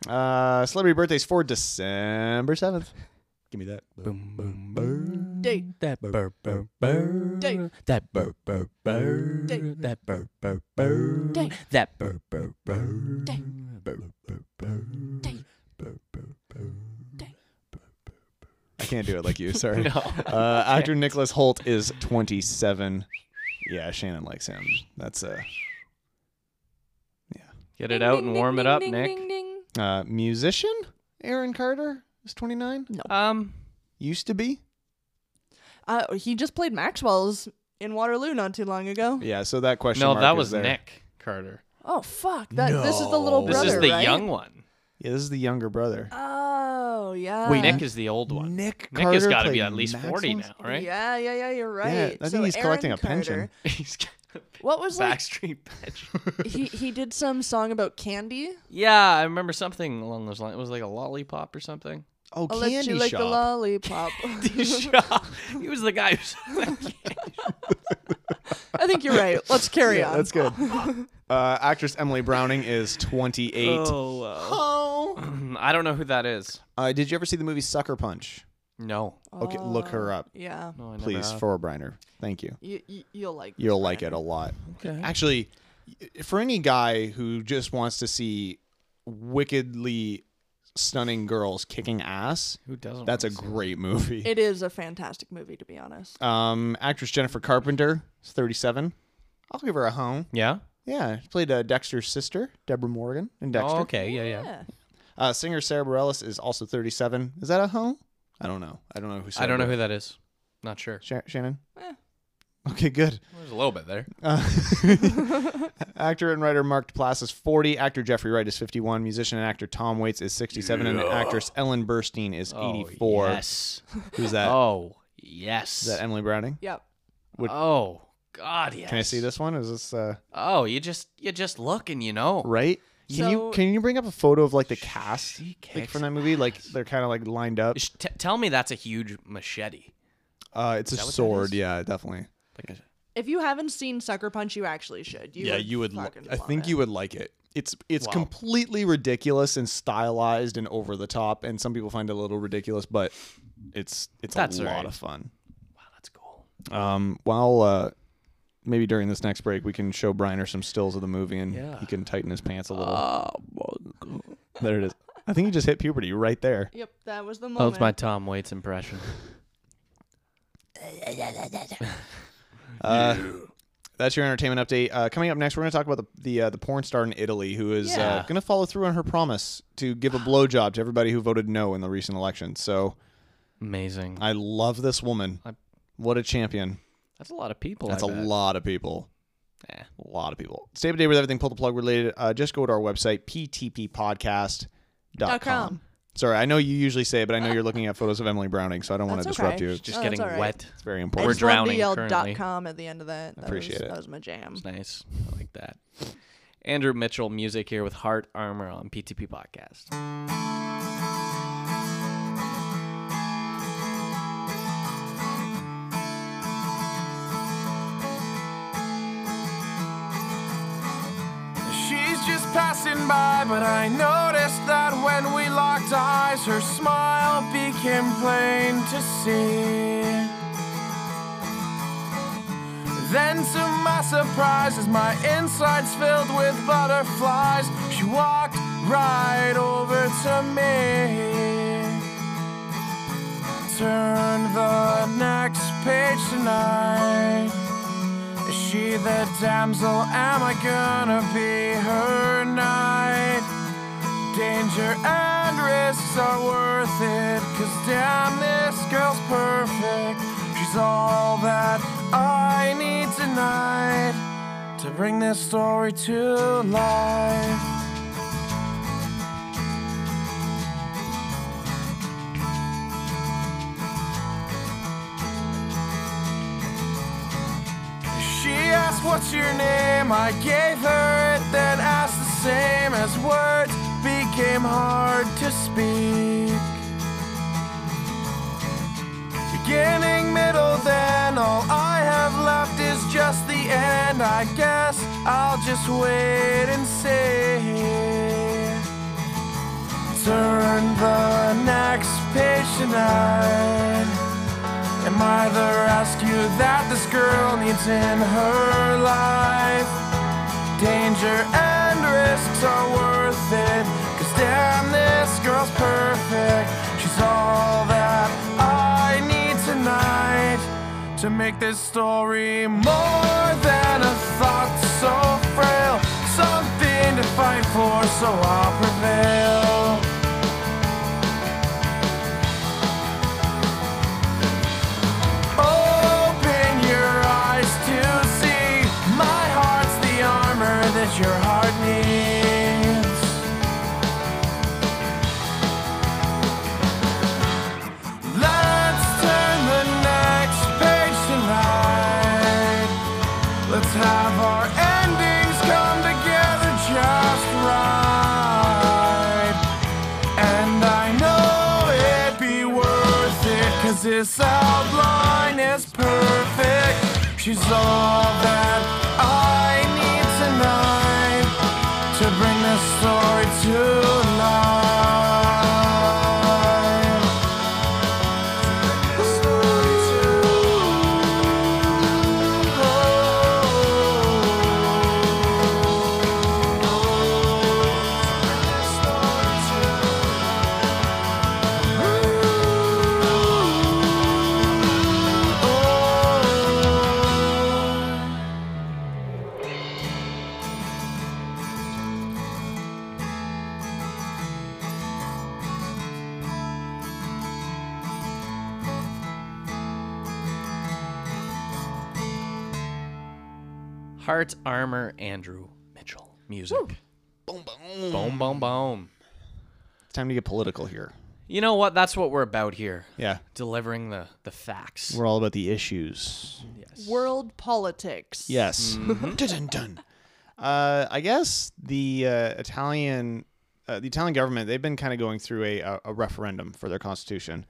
Uh, celebrity birthdays for December seventh. Give me that. Boom boom boom.
Date,
That burr burr burr.
date,
That burr burr burr.
Date.
That burr burr burr.
Date.
That burr
Boom boom boom.
Date.
Boom boom boom.
Date.
Boom boom boom.
Date.
I can't do it like you. Sorry.
No.
Uh, actor Nicholas Holt is 27. Yeah, Shannon likes him. That's a
Get it out and warm it up, Nick.
uh, uh, musician. Aaron Carter is 29.
Um,
Used to be.
Uh, he just played Maxwell's in Waterloo not too long ago.
Yeah. So that question.
no,
mark
that
is
was
there.
Nick Carter.
Oh fuck! That this is the little
No.
This
brother,
is the
right?
young one.
Yeah, this is the younger brother.
Oh yeah.
Nick is the old one.
Uh, Nick
Nick has
Carter
got to be
played
at least forty now,
Maxwell's?
right?
Yeah, yeah, yeah. You're right.
Yeah, I think
So
he's collecting
Aaron
a pension.
Carter-
He's got a
What was like?
Backstreet pension.
he he did some song about candy.
yeah, I remember something along those lines. It was like a lollipop or something.
Oh,
I'll
candy
let you like
shop.
the lollipop.
Shop. he was the guy who.
I think you're right. Let's carry on.
That's good. uh, actress Emily Browning is 28.
oh, wow. I don't know who that is.
Uh, did you ever see the movie Sucker Punch?
No.
Okay, look her up,
Yeah,
No, I never
please,
have.
for Briner. Thank you.
you, you you'll like.
You'll like it a lot.
Okay.
Actually, for any guy who just wants to see wickedly stunning girls kicking ass,
Who doesn't?
that's a
wanna see
great movie.
It is a fantastic movie, to be honest.
Um, actress Jennifer Carpenter is 37. I'll give her a home.
it? Yeah.
Yeah, she played uh, Dexter's sister, Deborah Morgan, in Dexter.
Oh, okay. Yeah, yeah.
Yeah.
Uh, singer Sarah Bareilles is also 37. Is that a home? I don't know. I don't know who. Sarah
I don't know
Bareilles-
who that is. Not sure.
Sha- Shannon.
Eh.
Okay, good.
There's a little bit there.
Actor and writer Mark Plass is 40. Actor Jeffrey Wright is 51. Musician and actor Tom Waits is 67. And actress Ellen Burstyn is 84.
Oh, Yes.
Who's that?
Oh, yes.
Is that Emily Browning?
Yep.
oh, God, yes.
Can I see this one? Is this uh,
Oh, you just you just look and you know.
right? Can you
So-
can you bring up a photo of like the cast like
kicks
from that movie? Like they're kind of like lined up.
Sh- T- tell me that's a huge machete.
Uh, it's a
that what that
sword.
is?
Yeah, definitely.
If you haven't seen Sucker Punch, you actually should. You would
li-
fucking
I
love
think
it.
you would like it. It's it's
Wow.
completely ridiculous and stylized and over the top, and some people find it a little ridiculous, but it's it's
That's
a lot
alright.
of fun.
Wow, that's cool.
Um, while uh, maybe during this next break, we can show Briner some stills of the movie, and
Yeah. Oh,
he can tighten his pants a little. There it is. I think he just hit puberty right there.
Yep, that
Oh,
was the
That
moment.
was my Tom Waits impression.
That's your entertainment update. Uh, coming up next, we're going to talk about the the, uh, the porn star in Italy who is uh,
Yeah.
going to follow through on her promise to give a blowjob to everybody who voted no in the recent election. So
Amazing.
I love this woman.
I-
What a champion.
That's a lot of people.
That's
a
a lot of people.
Eh.
A lot of people. Stay up to date with everything pull the plug related. Uh, just go to our website, ptppodcast.com.
Dot com.
Sorry, I know you usually say it, but I know you're looking at photos of Emily Browning, so I don't want to
That's
disrupt
okay.
you. It's
Just
Oh, that's
getting
all right.
wet.
it's very
I
important.
We're
just wanted
drowning
to yell
currently.
dot com at the end of that. that
Appreciate
was,
it.
That was my jam.
It's nice. I like that. Andrew Mitchell music here with Heart Armor on PTP Podcast.
She's just passing by, but I noticed that when we locked eyes, her smile became plain to see. Then, to my surprise, as my insides filled with butterflies, she walked right over to me. Turn the next page tonight. Is she the damsel? Am I gonna be her knight? Danger and risks are worth it, cause damn, this girl's perfect. She's all that I need tonight. to bring this story to life. She asked, What's your name? I gave her it, then asked the same as words became hard to speak. Beginning, middle, then all I have left is just the end. I guess I'll just wait and see. Turn the next page tonight. Am I the rescue that this girl needs in her life? Danger and risks are worth it. Cause damn, this girl's perfect. She's all that I need tonight to make this story more than a thought so frail. Something to fight for, so I'll prevail. Open your eyes to see my heart's the armor that your heart needs. Let's turn the next page tonight. Let's have our endings come together just right. And I know it'd be worth it, cause this outline is perfect. She's all that I need tonight to bring this story to life.
Heart Armor Andrew Mitchell. Music. Boom, boom. Boom, boom, boom.
It's time to get political here.
You know what? That's what we're about here.
Yeah.
Delivering the, the facts.
We're all about the issues.
Yes.
World politics.
Yes. dun, dun, dun. Uh, I guess the uh, Italian, uh, the Italian government, they've been kind of going through a, a, a referendum for their constitution,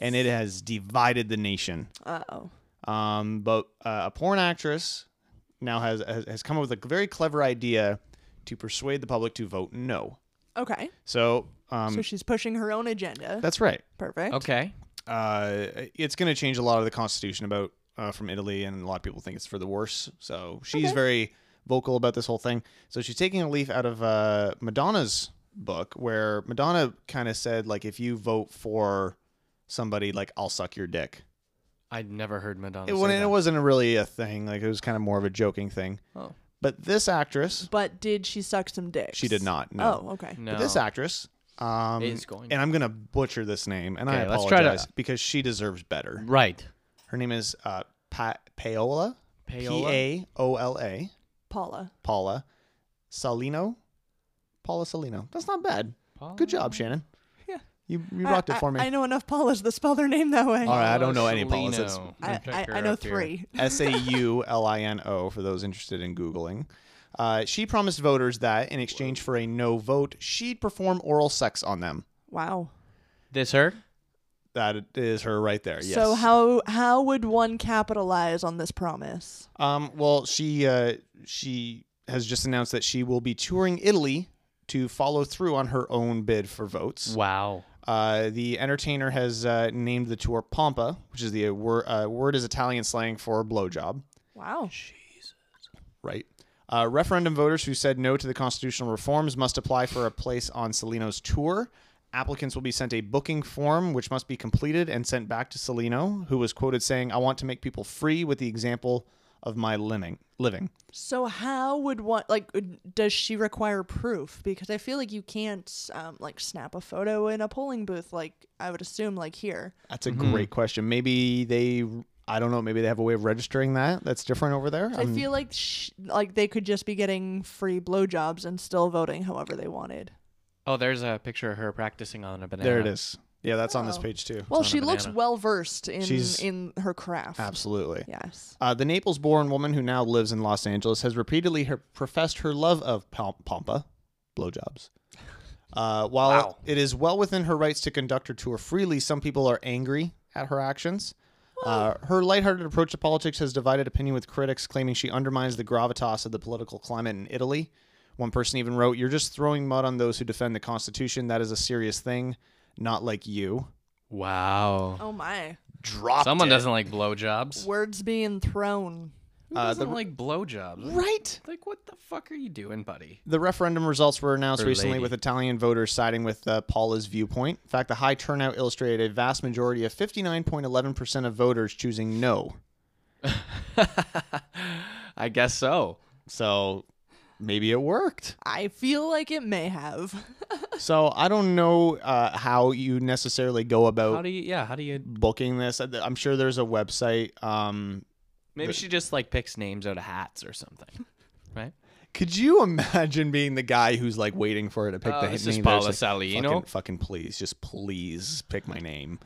and it has divided the nation.
Uh oh.
Um, but uh, a porn actress now has, has has come up with a very clever idea to persuade the public to vote no.
Okay.
So, um,
So she's pushing her own agenda.
that's right.
Perfect.
Okay.
Uh, it's going to change a lot of the constitution about uh, from Italy, and a lot of people think it's for the worse. So she's very vocal about this whole thing. So she's taking a leaf out of uh, Madonna's book, where Madonna kind of said like, if you vote for somebody, like I'll suck your dick.
I'd never heard Madonna.
It,
say
wa- it
that.
wasn't really a thing. Like it was kind of more of a joking thing.
Oh.
But this actress,
But did she suck some dicks?
she did not. No. Mm.
Oh, okay.
No.
But this actress. Um,
Is going
and I'm gonna butcher this name, and I
Okay,
apologize
let's try to-
because she deserves better.
Right.
Her name is uh, pa- Paola.
Paola?
P A O L A.
Paula.
Paula Salino. Paula Salino. That's not bad. Good job, Shannon.
Yeah.
You you rocked
I-
it for me.
I, I know enough Paulas to spell their name that way.
All right, I don't know
Paola
any Paulas. It's
Salino.
I,
Pick
I,
her
I know
up here.
three.
S A U L I N O for those interested in Googling. Uh, she promised voters that in exchange for a no vote, she'd perform oral sex on them.
Wow.
This her?
That is her right there. Yes.
So how how would one capitalize on this promise?
Um, well, she uh, she has just announced that she will be touring Italy to follow through on her own bid for votes.
Wow.
Uh, the entertainer has uh, named the tour Pompa, which is the uh, wor- uh, word is Italian slang for blowjob.
Wow.
Right. Uh, referendum voters who said no to the constitutional reforms must apply for a place on Salino's tour. Applicants will be sent a booking form, which must be completed and sent back to Salino, who was quoted saying, "I want to make people free with the example of my living." Living.
So how would one like does she require proof? Because I feel like you can't um, like snap a photo in a polling booth. Like I would assume like here.
Mm-hmm.
Mm-hmm.
That's a great question. Maybe they I don't know. Maybe they have a way of registering that that's different over there.
I
I'm-
feel like sh- like they could just be getting free blowjobs and still voting however they wanted.
Oh, there's a picture of her practicing on a banana.
there it is. Yeah, that's on this
Oh.
page too.
Well,
It's on
she
a
looks
banana.
well versed in
She's-
in her craft.
Absolutely.
Yes.
Uh, the Naples born woman who now lives in Los Angeles has repeatedly her- professed her love of pom- pompa, blowjobs. Uh, while
Wow.
it is well within her rights to conduct her tour freely, some people are angry at her actions. Uh, her lighthearted approach to politics has divided opinion with critics, claiming she undermines the gravitas of the political climate in Italy. One person even wrote, You're just throwing mud on those who defend the Constitution. That is a serious thing. Not like you.
Wow.
Oh my.
Drop
Someone doesn't like
Uh,
blowjobs.
Words being thrown.
Who doesn't like blowjobs?
Right?
Like, what the fuck are you doing, buddy?
The referendum results were announced
Or
recently
lady.
with Italian voters siding with uh, Paula's viewpoint. In fact, the high turnout illustrated a vast majority of 59.11% of voters choosing no.
I guess so.
So maybe it worked.
I feel like it may have.
so I don't know uh, how you necessarily go
How
about
do you? Yeah. How do you?
booking this. I- I'm sure there's a website. Um,
Maybe she just like picks names out of hats or something, right?
could you imagine being the guy who's like waiting for her to pick
Oh,
the
this
name?
is
They're
Paula
just like,
Salino.
Fucking, fucking please, just please pick my name.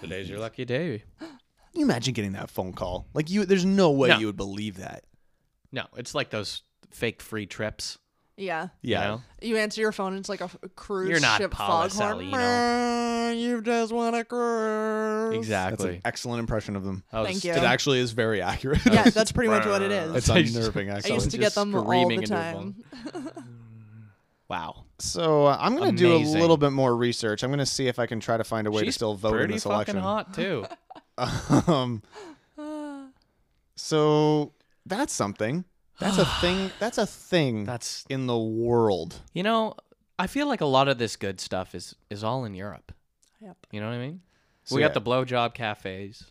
Today's your lucky day.
Can you imagine getting that phone call? Like you, there's no way
No.
you would believe that.
No, it's like those fake free trips.
yeah.
you
Yeah.
know?
You answer your phone and it's like a f- a cruise
You're not
ship
Paula
foghorn.
"Brr, Uh, You just want to cruise. That's
Exactly. Oh,
an excellent impression of them.
I was-
Thank you.
It actually is very accurate.
Yeah, that's pretty much what it is.
it's unnerving.
I
Actually,
used to get
just
them all
screaming
the
into a phone.
time.
Wow.
so uh, I'm going to do a
Amazing.
little bit more research. I'm going to see if I can try to find a way to
She's
still vote in
pretty
this
fucking
election.
hot too.
um, so that's something. That's a thing. That's a thing.
That's
in the world.
you know, I feel like a lot of this good stuff is is all in Europe.
Yep.
You know what I mean?
So,
we
yeah.
got the blowjob cafes.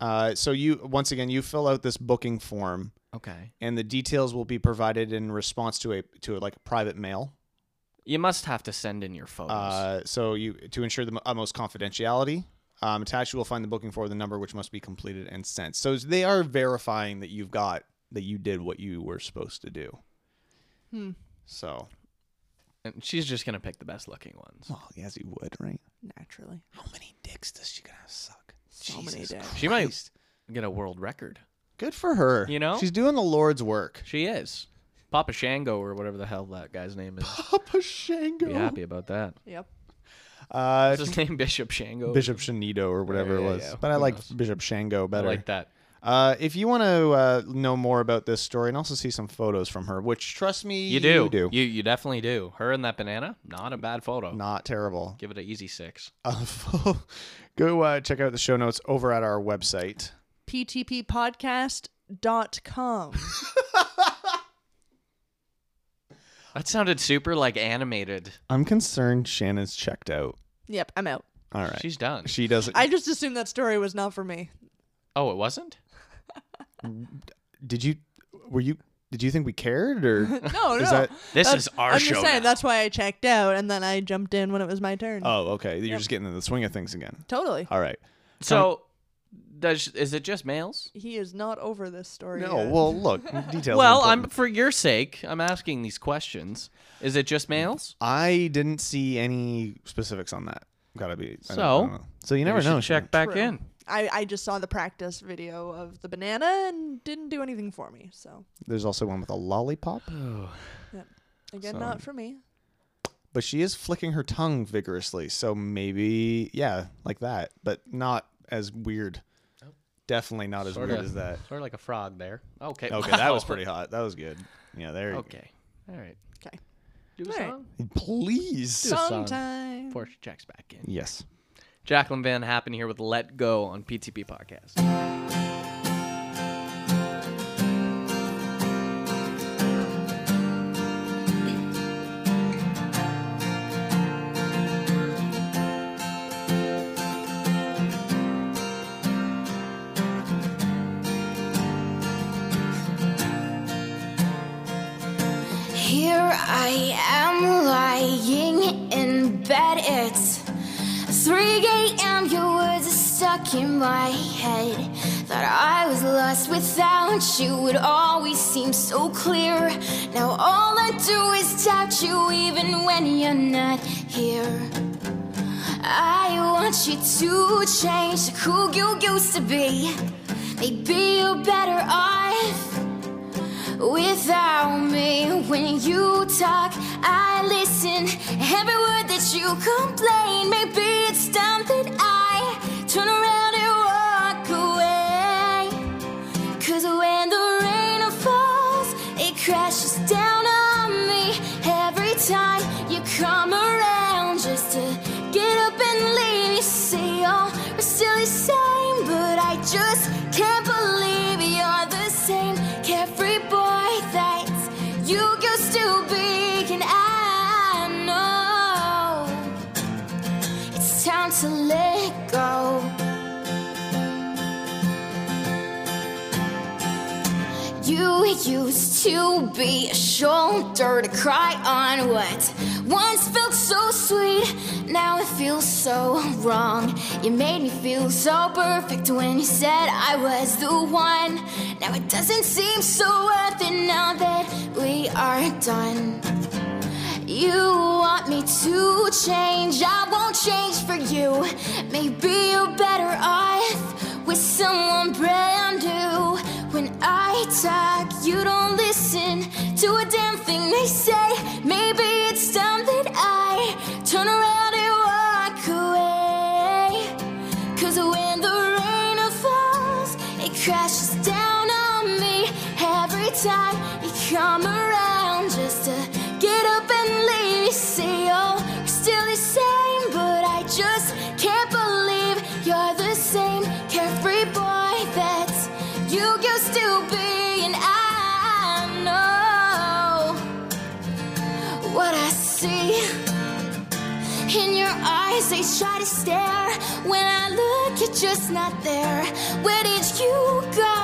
Uh, so you once again you fill out this booking form.
Okay.
and the details will be provided in response to a to like a private mail.
You must have to send in your photos.
Uh, so you to ensure the mo- utmost confidentiality. Um, attached, you will find the booking for the number, which must be completed and sent. So they are verifying that you've got that you did what you were supposed to do. So,
and she's just gonna pick the best looking ones.
well, yes, you would, right?
Naturally.
How many dicks does she gonna suck?
So many dicks.
She might get a world record.
Good for her.
You know?
she's doing the Lord's work.
She is. Papa Shango or whatever the hell that guy's name is.
Papa Shango.
Be happy about that.
Yep.
Uh,
Is his name Bishop Shango?
Bishop Shanido or whatever
Yeah, yeah,
it was,
yeah.
but I
Who
like
knows?
Bishop Shango
I
better.
like that.
Uh, if you want to uh, know more about this story and also see some photos from her, which trust me,
You do.
you do.
You you definitely do. Her and that banana, not a bad photo.
not terrible.
Give it an easy six.
Uh, go uh, check out the show notes over at our website.
PTPpodcast.com.
That sounded super like animated.
I'm concerned Shannon's checked out.
yep, I'm out.
All right,
She's done.
she doesn't.
I just assumed that story was not for me.
oh, it wasn't?
did you? Were you? Did you think we cared or?
No, no.
Is that-
This
That's-
is our
I'm
show.
just saying
now.
that's why I checked out and then I jumped in when it was my turn.
oh, okay. You're just getting in the swing of things again.
Totally.
All right.
So, does is it just males?
He is not over this story.
No.
yet.
Oh, Well, look. Details. are
Well, I'm
important.
for your sake, I'm asking these questions. Is it just males?
I didn't see any specifics on that. Gotta be. I don't-
So?
I don't know. so you never
Maybe we
know.
should Check
Shannon.
back
True.
in.
I, I just saw the practice video of the banana and didn't do anything for me. So,
There's also one with a lollipop.
again, not for me.
but she is flicking her tongue vigorously. So maybe, yeah, like that, but not as weird. Definitely not as
Sorta.
weird as that.
Sort of like a frog there. Okay.
Okay,
wow.
that was pretty hot. That was good. Yeah, there you
Okay. All right.
Okay.
Do a
All right.
song.
go. Please.
Do a song
Sometime.
Before she checks back in.
Yes.
Jacqueline Van Happen here with Let Go on PTP Podcast.
Here I am lying in bed. It's 3 a.m. Your words are
stuck in my head. Thought I was lost without you. It always seems so clear. Now all I do is doubt you, even when you're not here. I want you to change to who you used to be. Maybe you're better off without me. When you talk, I listen. Every word that you complain, maybe it's time that I turn around and walk away. Cause when the rain falls, it crashes down on me every time you come around just to get up and leave. You say you're still the same, but I just can't believe you're the same carefree boy that you used to be. And I know it's time to let go. You used to be a shoulder to cry on what once felt so sweet, now it feels so wrong. You made me feel so perfect when you said I was the one. Now it doesn't seem so worth it now that we are done. You want me to change, I won't change for you. Maybe you're better off with someone brand new. When I talk, you don't listen to a damn thing they say. Maybe it's time that I turn around and walk away. Cause when the rain falls, it crashes down on me every time you come around just to get up and leave. You say you're still the same, but I just can't believe you're the same carefree boy that you used to be. And I know what I see. In your eyes, they try to stare. When I look, you're just not there. Where did you go?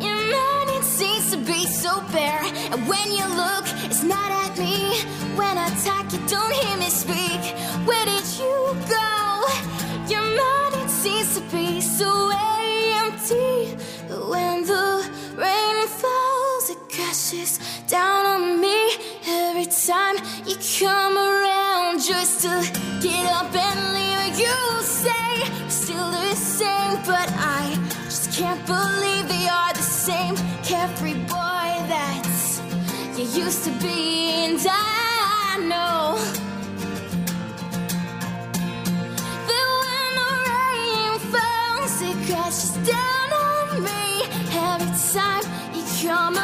Your mind, it seems to be so bare. And when you look, it's not at me. When I talk, you don't hear me speak. Where did you go? Your mind, it seems to be so empty. But when the rain falls, it crashes down on me every time you come around just to get up and leave. You say you're still the same, but I just can't believe they are the same carefree boy that you used to be. And I know that when the rain falls, it crashes down on me every time you come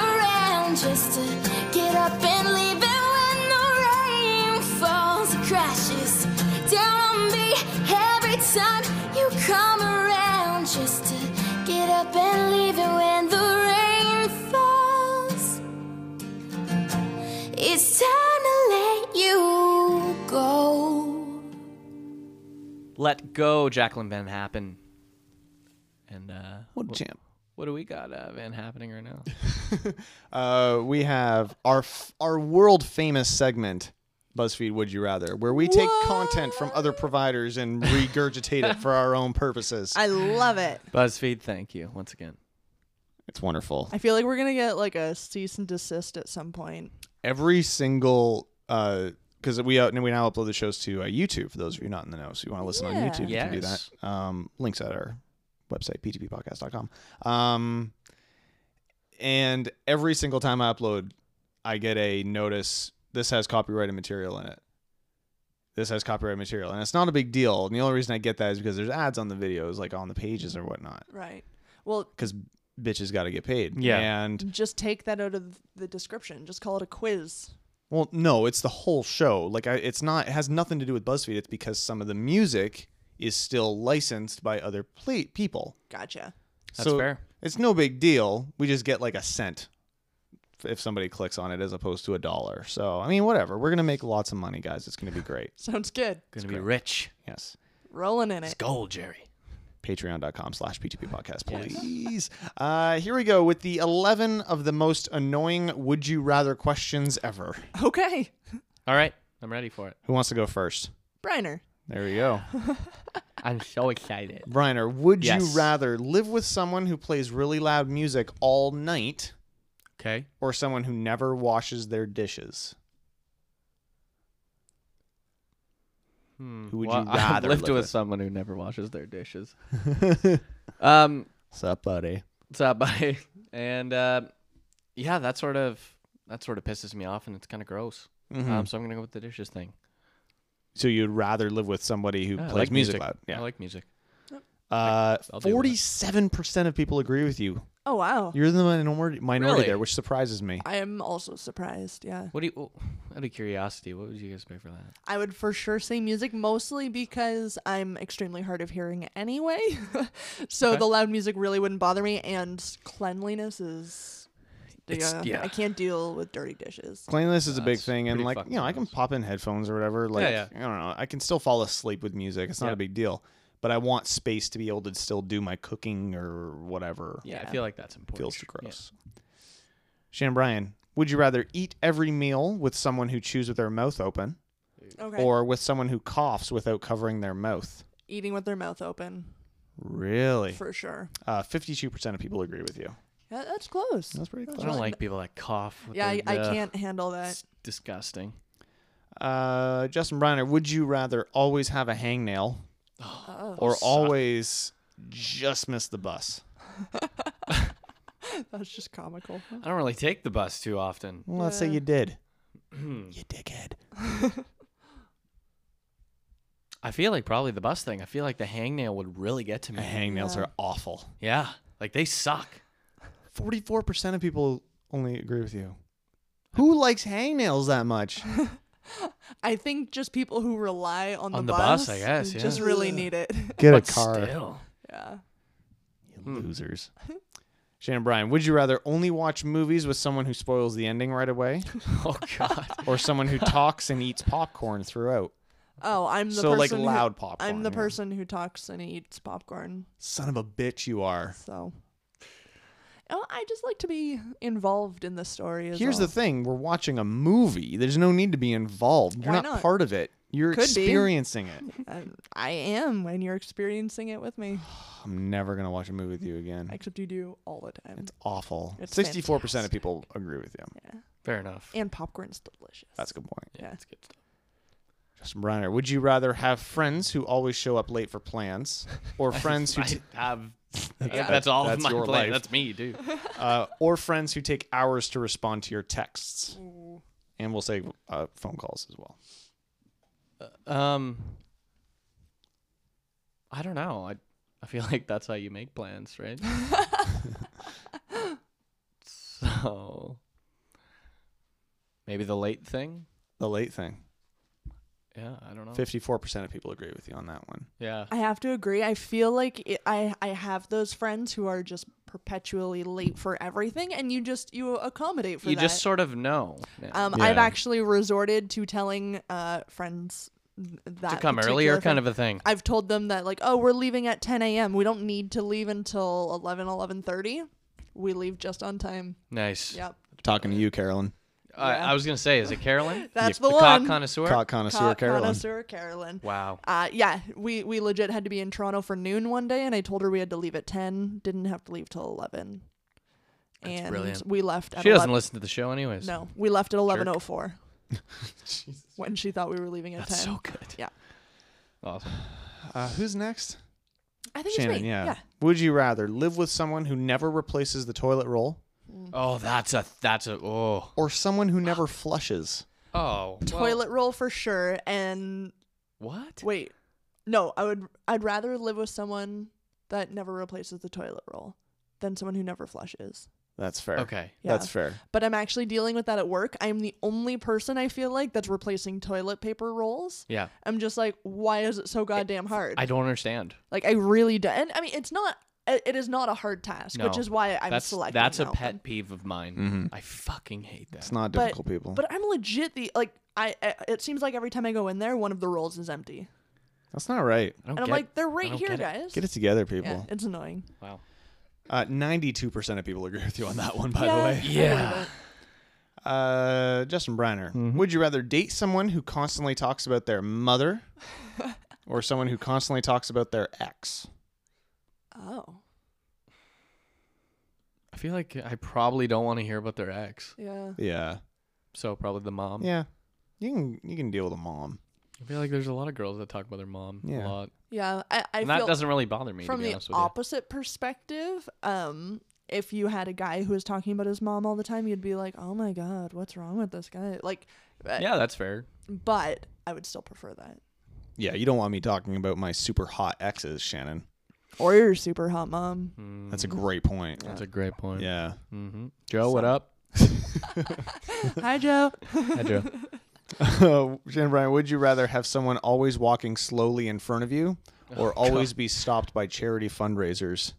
around just to get up and leave. And when the rain falls, it crashes down on me every time you come around just to get up and leave. And when the rain falls, it's time to let you go.
Let go, Jacqueline Van Happen. And uh,
What a champ.
what do we got, uh, Van Happening right now?
Uh, we have our f- our world famous segment, BuzzFeed Would You Rather, where we take content from other providers and regurgitate it for our own purposes.
I love it.
BuzzFeed, thank you once again.
it's wonderful.
I feel like we're gonna get like a cease and desist at some point.
Every single because we uh, we now upload the shows to uh, YouTube for those of you not in the know. So you want to listen on
Yeah.
YouTube, you can do
Yes.
that. Um, links at our website ptppodcast.com. Um, and every single time I upload, I get a notice. This has copyrighted material in it. This has copyrighted material, and it's not a big deal. And the only reason I get that is because there's ads on the videos, like on the pages or whatnot,
Right. Well,
because bitches got to get paid.
Yeah.
and
just take that out of the description. Just call it a quiz.
Well, no, it's the whole show. Like, I, it's not. It has nothing to do with BuzzFeed. It's because some of the music is still licensed by other ple- people.
Gotcha.
That's fair.
It's no big deal. We just get like a cent f- if somebody clicks on it, as opposed to a dollar. So, I mean, whatever. We're gonna make lots of money, guys. It's gonna be great.
Sounds good.
Gonna be rich.
Yes.
Rolling in
It's
it.
gold, Jerry.
Patreon.com slash PTP podcast, please. Uh, here we go with the 11 of the most annoying would you rather questions ever.
Okay.
All right, I'm ready for it.
Who wants to go first?
Briner.
There we go.
I'm so excited.
Reiner, would
Yes.
you rather live with someone who plays really loud music all night
Okay.
or someone who never washes their dishes? Who would you rather
Hmm. I've lived
live
with
with?
someone who never washes their dishes. um,
Sup, buddy?
what's up, buddy? And uh, yeah, that sort of that sort of pisses me off, and it's kind of gross. Um, so I'm gonna go with the dishes thing.
Mm-hmm. So you'd rather live with somebody who
Yeah, I
plays
like
music, loud?
I
Yeah.
like music.
Uh,
I'll deal with it.
Forty-seven percent of people agree with you.
Oh wow.
You're the minor- minority
Really?
there, which surprises me.
I am also surprised. Yeah.
What do you? oh, out of curiosity, what would you guys pay for that?
I would for sure say music, mostly because I'm extremely hard of hearing anyway. so the loud music really wouldn't bother me, and cleanliness is.
It's-
yeah,
yeah.
I can't deal with dirty dishes.
Cleanliness is a big
That's
thing, and
pretty
like
fucking
you know, I can
gross.
pop in headphones or whatever. Like
yeah.
I don't know, I can still fall asleep with music. It's not
Yeah.
a big deal, but I want space to be able to still do my cooking or whatever.
Yeah, I feel like that's important.
feels
Yeah.
gross. Shan Bryan, would you rather eat every meal with someone who chews with their mouth open,
Okay.
or with someone who coughs without covering their mouth?
Eating with their mouth open,
Really,
for sure.
uh, fifty-two percent of people agree with you.
Yeah, that's close.
That's pretty
I
close.
don't like people that cough. With
yeah, I,
their-
I
Ugh,
can't handle that.
It's disgusting.
Uh, Justin Briner, would you rather always have a hangnail
Oh,
or always just miss the bus?
that's just comical.
I don't really take the bus too often.
Well, let's say
Yeah.
you did. you dickhead.
I feel like probably the bus thing. I feel like the hangnail would really get to me.
Hangnails
Yeah.
are awful.
Yeah, like they suck.
Forty-four percent of people only agree with you. Who likes hangnails that much?
I think just people who rely on,
On
the,
the bus, I guess,
just
yeah.
really need it.
Get
But
a car,
Still.
yeah.
you losers. Shannon Bryan, would you rather only watch movies with someone who spoils the ending right away,
Oh God.
or someone who talks and eats popcorn throughout?
Oh, I'm the
So,
person
like,
who-
loud
I'm
popcorn,
the
yeah.
person who talks and eats popcorn.
Son of a bitch, you are.
So Oh, I just like to be involved in the story. Is
Here's
all.
the thing: we're watching a movie. There's no need to be involved. You're
Why
not,
not?
part of it. You're
Could be.
experiencing it.
Um, I am, and you're experiencing it with me.
I'm never gonna watch a movie with you again.
Except you do all the time.
It's awful.
It's
Sixty-four percent of people agree with you.
Fair enough.
And popcorn's delicious.
That's a good point.
yeah.
That's good stuff.
Justin Briner, would you rather have friends who always show up late for plans, or friends who,
I
t-
have. That's, that's all
that's
of my
your
plan.
life.
That's me, dude.
uh, or friends who take hours to respond to your texts? And we'll say uh, phone calls as well.
Um, I don't know. I I feel like that's how you make plans, right? so maybe the late thing.
The late thing.
Yeah, I don't know.
Fifty-four percent of people agree with you on that one.
Yeah,
I have to agree. I feel like it, I I have those friends who are just perpetually late for everything, and you just you accommodate for
you
that.
just sort of know. now.
um,
Yeah.
I've actually resorted to telling uh, friends that
to come
particular
earlier,
thing.
kind of a thing.
I've told them that like, oh, we're leaving at 10 a.m. We don't need to leave until 11, 11:30. We leave just on time.
Nice.
Yep,
Talking to you, Carolyn,
I, I was gonna say, is it Carolyn?
that's
Yeah,
the,
Cock
one.
connoisseur.
cock connoisseur,
Cock
Carolyn.
connoisseur Carolyn.
Wow.
Uh, yeah, we we legit had to be in Toronto for noon one day, and I told her we had to leave at 10. Didn't have to leave till 11. and
brilliant.
we left. At
She
11-
doesn't listen to the show, anyways.
No, we left at 11:04. when she thought we were leaving at
That's
10.
so good.
Yeah.
Awesome.
Uh, who's next?
I think
Shannon,
it's me.
yeah. Would you rather live with someone who never replaces the toilet roll
Mm.
Oh, that's a that's a oh
or someone who never flushes?
oh well,
Toilet roll for sure, and
What?
Wait, no. I would. I'd rather live with someone that never replaces the toilet roll than someone who never flushes.
That's fair.
Okay.
Yeah.
That's fair.
But I'm actually dealing with that at work. I'm the only person I feel like that's replacing toilet paper rolls.
Yeah.
I'm just like, why is it so goddamn hard?
I don't understand.
like I really do. And I mean, it's not. It it is not a hard task, which
No.
is why I'm
that's
selecting.
that's a
that
pet
one.
peeve of mine. I fucking hate that.
It's not
But-
difficult, people.
But I'm legit the like. I, I it seems like every time I go in there, one of the rolls is empty,
That's not right.
I don't
and I'm
get-
like, they're
I
right
don't
here,
get it.
guys.
Get it together,
Yeah,
people.
it's annoying.
Wow.
Uh, 92% of people agree with you on that one, by the
Yeah.
way.
Yeah.
Mm-hmm. Uh, Justin Briner, would you rather date someone who constantly talks about their mother or someone who constantly talks about their ex.
Oh,
I feel like I probably don't want to hear about their ex.
yeah.
Yeah.
So probably the mom.
Yeah. You can you can deal with a mom.
I feel like there's a lot of girls that talk about their mom
Yeah.
a lot.
Yeah, I, I
And
feel
that doesn't really bother me
from
to be
the
honest with you.
opposite perspective, um, if you had a guy who was talking about his mom all the time, you'd be like, "Oh my god, what's wrong with this guy?" Like, uh,
Yeah, that's fair.
But I would still prefer that.
Yeah, you don't want me talking about my super hot exes, Shannon.
Or your super hot mom.
Hmm.
That's a
Mm-hmm.
great point.
That's a great point.
Yeah.
Mm-hmm. Joe, what up?
Hi, Joe.
Hi, Joe.
Uh, Shannon Bryan, would you rather have someone always walking slowly in front of you
Oh,
or always be stopped by charity fundraisers?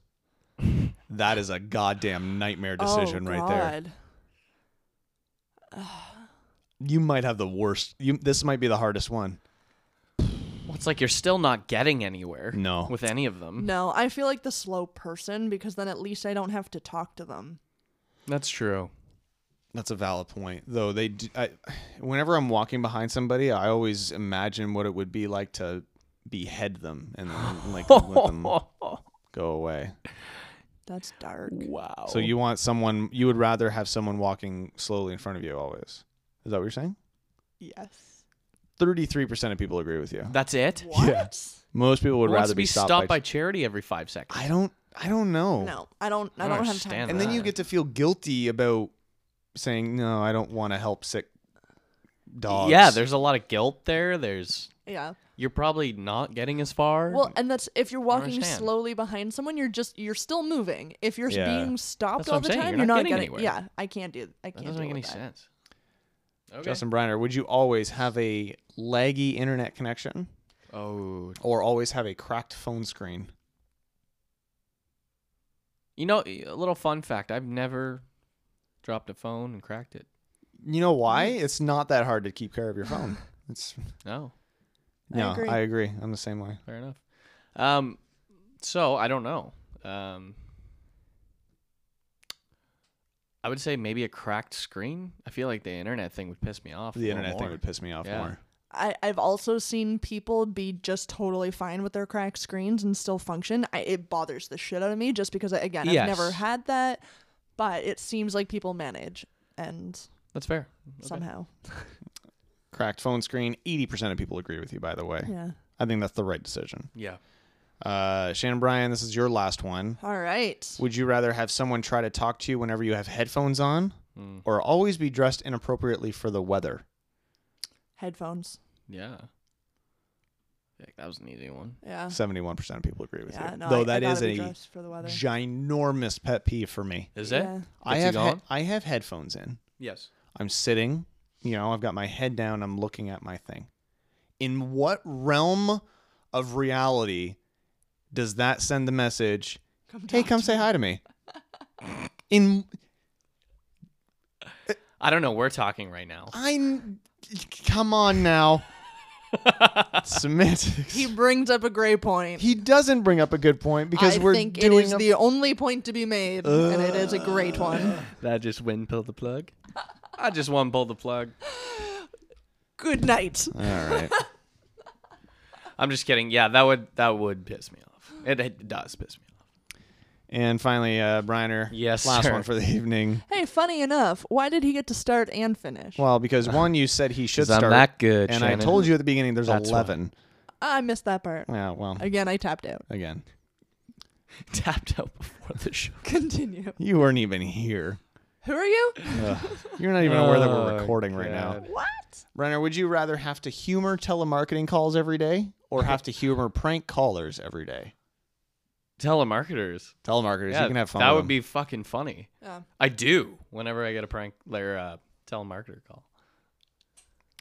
that is a goddamn nightmare decision
oh,
right
God.
there. You might have the worst. You this might be the hardest one.
Well, it's like you're still not getting anywhere.
No.
With any of them.
No, I feel like the slow person because then at least I don't have to talk to them.
That's true.
That's a valid point, though. They, do, I, whenever I'm walking behind somebody, I always imagine what it would be like to behead them and then like let them go away.
That's dark.
Wow.
So you want someone? You would rather have someone walking slowly in front of you always? Is that what you're saying?
Yes.
Thirty-three percent of people agree with you.
That's it?
What?
Most people would
Who wants
rather
to be stopped, by, charity every five seconds.
I don't. I don't know.
No, I don't. I
I
don't, have time.
understand
And then you get to feel guilty about saying no. I don't want to help sick dogs.
Yeah, there's a lot of guilt there. There's
Yeah.
you're probably not getting as far.
Well, and that's if you're walking
understand.
slowly behind someone, you're just you're still moving. If you're s-
Yeah.
being stopped
That's what
all
I'm
the
saying,
time,
you're
you're
not
not,
getting
getting
anywhere.
Yeah, I can't do. I
that
can't.
doesn't make
deal
any
with that.
sense. Okay.
Justin Briner, would you always have a laggy internet connection
oh,
or always have a cracked phone screen?
you know, a little fun fact: I've never dropped a phone and cracked it.
You know why?
Mm.
It's not that hard to keep care of your phone. It's
No,
no,
agree.
I agree. I'm the same way.
fair enough. Um, so I don't know. Um, I would say maybe a cracked screen. I feel like the internet thing would piss me off. a
The
little
internet
more.
thing would piss me off
Yeah.
more.
I, I've also seen people be just totally fine with their cracked screens and still function. I, it bothers the shit out of me just because, I, again,
Yes.
I've never had that, but it seems like people manage and
That's fair.
somehow.
Cracked phone screen. 80% of people agree with you, by the way.
Yeah.
I think that's the right decision.
Yeah.
Uh, Shannon Bryan, this is your last one.
All right.
Would you rather have someone try to talk to you whenever you have headphones on or always be dressed inappropriately for the weather?
Headphones.
Yeah. Yeah, That was an easy one.
Yeah.
71% of people agree with
yeah
you.
no,
Though
I,
that
I
is
gotta be
a
dressed for the weather.
ginormous pet peeve for me.
Is
Yeah.
it?
I
It's
have
gone?
he- I have headphones in.
Yes.
I'm sitting, you know, I've got my head down, I'm looking at my thing. In what realm of reality does that send the message, "Hey, come say hi to me?" In
I don't know. We're talking right now.
I come on now. Semantics.
He
He,
brings up a gray point.
doesn't bring up a good point because
I
we're
think it
doing
is
a- Uh.
the only point to be made, and it is a great one.
That just win pull the plug. I just one pull the plug.
Good night.
All right.
I'm just kidding. Yeah, that would that would piss me off. It, it does piss me off.
And finally, uh, Briner.
Yes,
Last
sir.
one for the evening.
Hey, funny enough, why did he get to start and finish?
Well, because one, you said he should
'Cause Uh, I'm
start.
that good,
And
Shannon.
I told you at the beginning there's
That's why.
11.
I missed that part.
Yeah, well,
Again, I tapped out.
again.
Tapped out before the show.
Continue.
You weren't even here.
Who are you?
You're not even aware that
Oh,
we're recording right now.
God.
What?
Brenner, would you rather have to humor telemarketing calls every day or have to humor prank callers every day?
Telemarketers.
Telemarketers,
Yeah,
you can have fun.
that
with
would
them.
be fucking funny.
Yeah.
I do whenever I get a prank or uh, telemarketer call.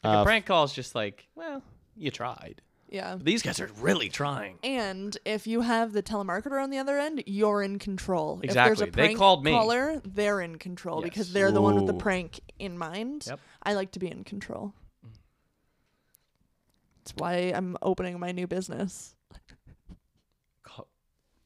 Like
Uh,
a prank call is just like, well, you tried.
Yeah.
But these guys are really trying.
And if you have the telemarketer on the other end, you're in control. If there's
Exactly.
a
They
prank
called me.
caller, they're in control
Yes.
because they're the one with the
Ooh.
prank in mind.
Yep.
I like to be in control. That's why I'm opening my new business.
Call-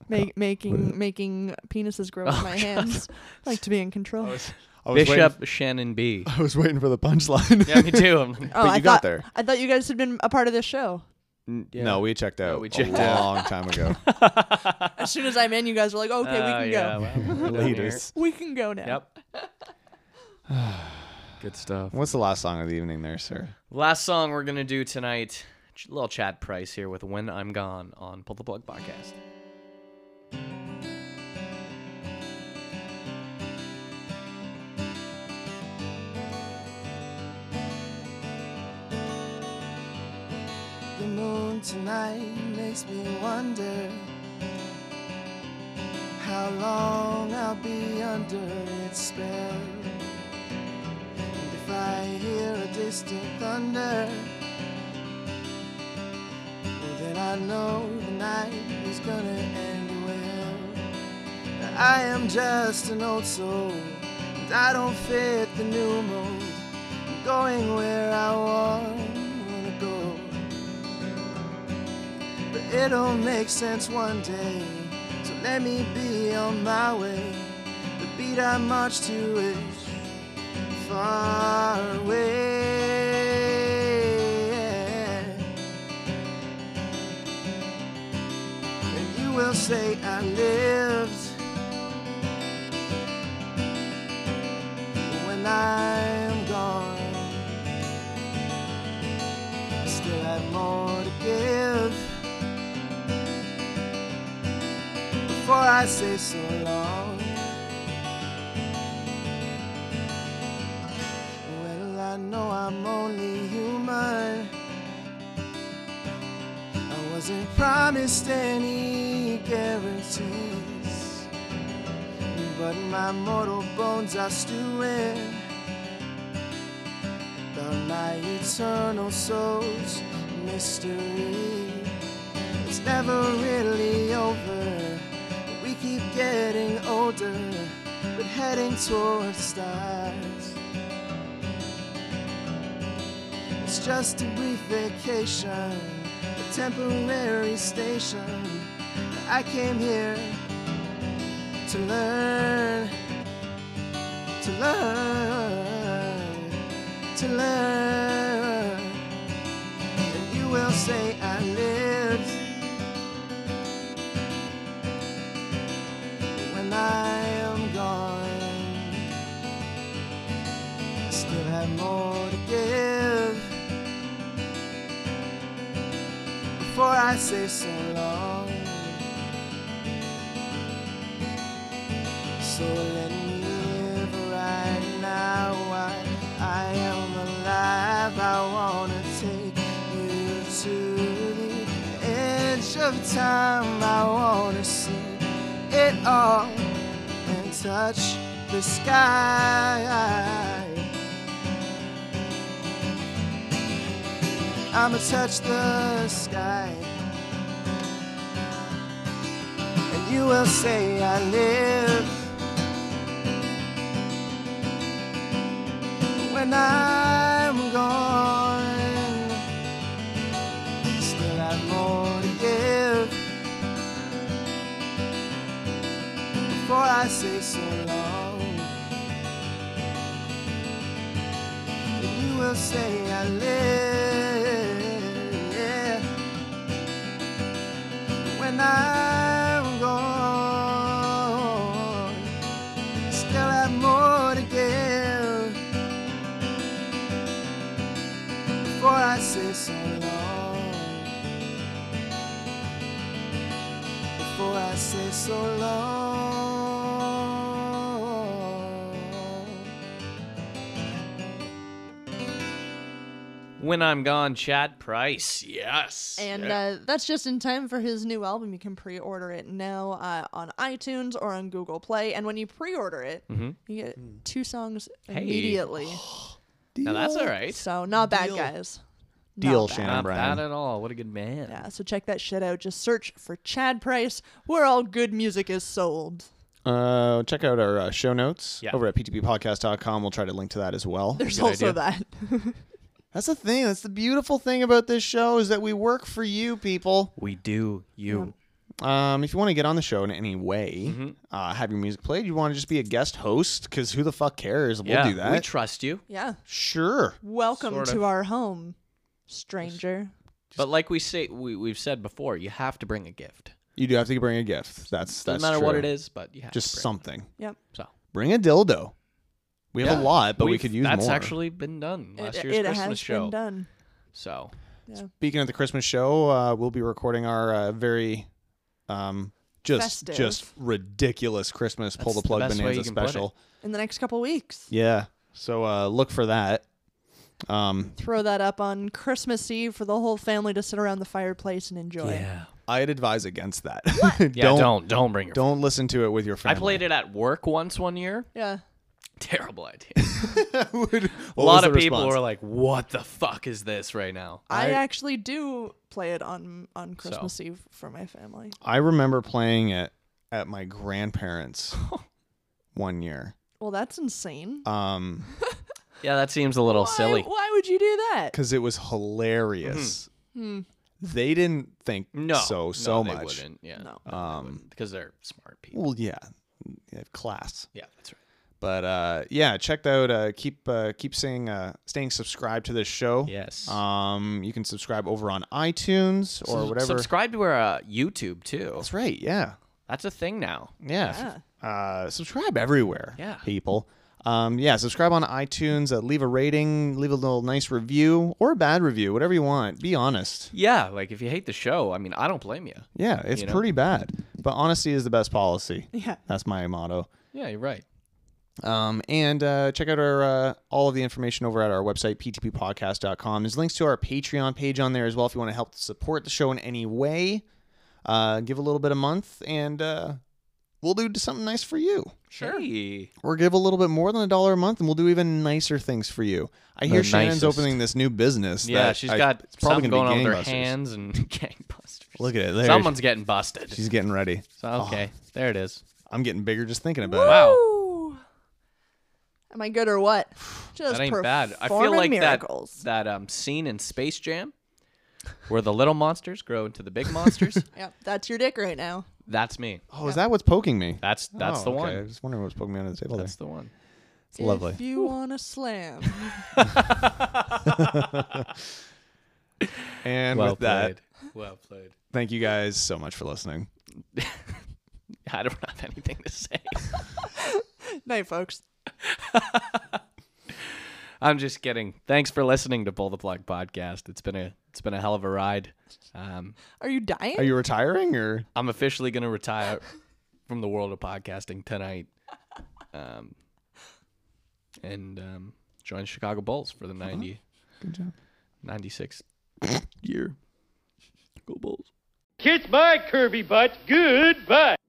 Ma- making making penises grow
Oh
in my hands. I like to be in control.
I was waiting-
Bishop Shannon B.
I was waiting for the punchline.
Yeah, me too. I'm like,
Oh, I
But you
thought,
got there.
I thought you guys had been a part of this show.
Mm, Yeah.
No, we checked out
we
a
checked out.
long time ago.
As soon as I'm in, you guys were like, okay, we
Oh,
can
yeah,
go.
well, we're done here.
Laters.
We can go now.
Yep. Good stuff.
What's the last song of the evening there, sir?
Last song we're gonna do tonight. Ch- Little Chad Price here with "When I'm Gone" on Pull the Plug Podcast.
The moon tonight makes me wonder how long I'll be under its spell. And if I hear a distant thunder, well, then I know the night is gonna end well. I am just an old soul, and I don't fit the new mold. I'm going where I wanna go. But it'll make sense one day. So let me be on my way. The beat I march to is far away. And you will say I lived. But When I'm gone, I still have more to give. before I say so long. Well, I know I'm only human. I wasn't promised any guarantees, but my mortal bones are stewing. About my eternal soul's mystery. It's never really over. We keep getting older, but heading towards stars. It's just a brief vacation, a temporary station. I came here to learn, to learn, to learn. And you will say I lived. when I am gone. I still have more to give before I say so long. So let me live right now. I, I am alive. I wanna take you to the edge of time. I wanna see it all and touch the sky. I'ma touch the sky, and you will say I live when I'm gone. Still have more to give before I say so long. And you will say I live when I'm gone. Still have more to give before I say so long before I say so long.
When I'm gone, Chad Price. Yes.
And uh, that's just in time for his new album. You can pre order it now uh, on iTunes or on Google Play. And when you pre order it,
Mm-hmm.
you get two songs immediately.
now that's all right.
So, not bad, guys. Not
Deal,
bad.
Shannon.
Not
Brian.
bad at all. What a good man.
Yeah, so check that shit out. Just search for Chad Price, where all good music is sold.
Uh, check out our uh, show notes
Yeah.
over at ptppodcast.com. We'll try to link to that as well.
There's also
idea.
that.
That's the thing. That's the beautiful thing about this show is that we work for you, people.
We do you.
Um, if you want to get on the show in any way,
Mm-hmm.
uh, have your music played, you want to just be a guest host because who the fuck cares? We'll
yeah,
do that.
We trust you.
yeah.
sure.
Welcome
Sort
to
of.
our home, stranger.
But like we say, we we've said before, you have to bring a gift.
You do have to bring a gift. That's that's
Doesn't matter what
true.
it is, but you have
Just
to bring it.
something.
Yep.
So
Bring a dildo. We have a
Yeah.
lot, but we
We've-
could use
That's
more.
actually been done last
it
year's
it
Christmas
has
show.
been done.
So
Speaking of the Christmas show, uh, we'll be recording our uh, very um, just
Festive.
just ridiculous Christmas pull
That's
the
the
plug
best way
bonanza
you can put
special.
In the next couple weeks,
Yeah. So uh, look for that. Um,
throw that up on Christmas Eve for the whole family to sit around the fireplace and enjoy.
I'd advise against that.
yeah, don't don't, bring your.
don't listen to it with your
I
family.
played it at work once one year.
Yeah.
Terrible idea.
Would-
a
what was
lot
the
of people
response?
were like, "What the fuck is this right now?"
I,
I-
actually do play it on on Christmas Eve for my family.
I remember playing it at my grandparents' one year.
Well, that's insane.
Um,
Yeah, that seems a little
why,
silly.
Why would you do that?
because it was hilarious. They didn't think
No,
so
no,
so
they
much.
Wouldn't. Yeah,
No.
Um,
because they're smart people.
well, yeah, they have class.
Yeah, that's right.
But uh, yeah, check out. Uh, keep uh, keep saying uh, staying subscribed to this show.
Yes.
Um, you can subscribe over on iTunes or
Sub-
whatever.
Subscribe to our uh, YouTube too.
That's right. Yeah.
That's a thing now.
Yeah. Uh, subscribe everywhere.
Yeah.
People. Um, yeah, subscribe on iTunes. Uh, leave a rating. Leave a little nice review or a bad review, whatever you want. Be honest.
Yeah, like if you hate the show, I mean, I don't blame you.
Yeah, it's
You know?
pretty bad, but honesty is the best policy.
Yeah.
That's my motto.
Yeah, you're right.
Um, and uh, check out our uh, all of the information over at our website ptppodcast.com. There's links to our Patreon page on there as well if you want to help support the show in any way. Uh, give a little bit a month, and uh, we'll do something nice for you.
Sure.
or give a little bit more than a dollar a month, and we'll do even nicer things for you. I hear Shannon's
nicest.
opening this new business.
Yeah,
that
she's
I-
got
it's probably
something
gonna
going on
be
with her
gangbusters.
hands and gangbusters.
Look at it. There.
Someone's getting busted.
she's Oh. getting ready.
so, okay, there it is.
I'm getting bigger just thinking about it.
Wow.
Ooh. Am I good or what? Just
That ain't bad. I feel
performing
like
miracles.
that that um scene in Space Jam where the little monsters grow into the big monsters.
Yep, that's your dick right now.
that's me.
Oh, is that what's poking me?
That's that's
Oh,
the
okay. I
one.
was wondering what's poking me under the table
That's the one.
It's lovely.
If you want to slam,
there. And
well
with that,
played. Well played.
thank you guys so much for listening.
I don't have anything to say.
night, folks.
I'm just kidding. Thanks for listening to Pull the Plug podcast. It's been a it's been a hell of a ride. Um,
Are you dying?
Are you retiring or
I'm officially gonna retire from the world of podcasting tonight, um, and um, join the Chicago Bulls for the 90, 96 year. Go Bulls.
Kiss my curvy butt. Goodbye.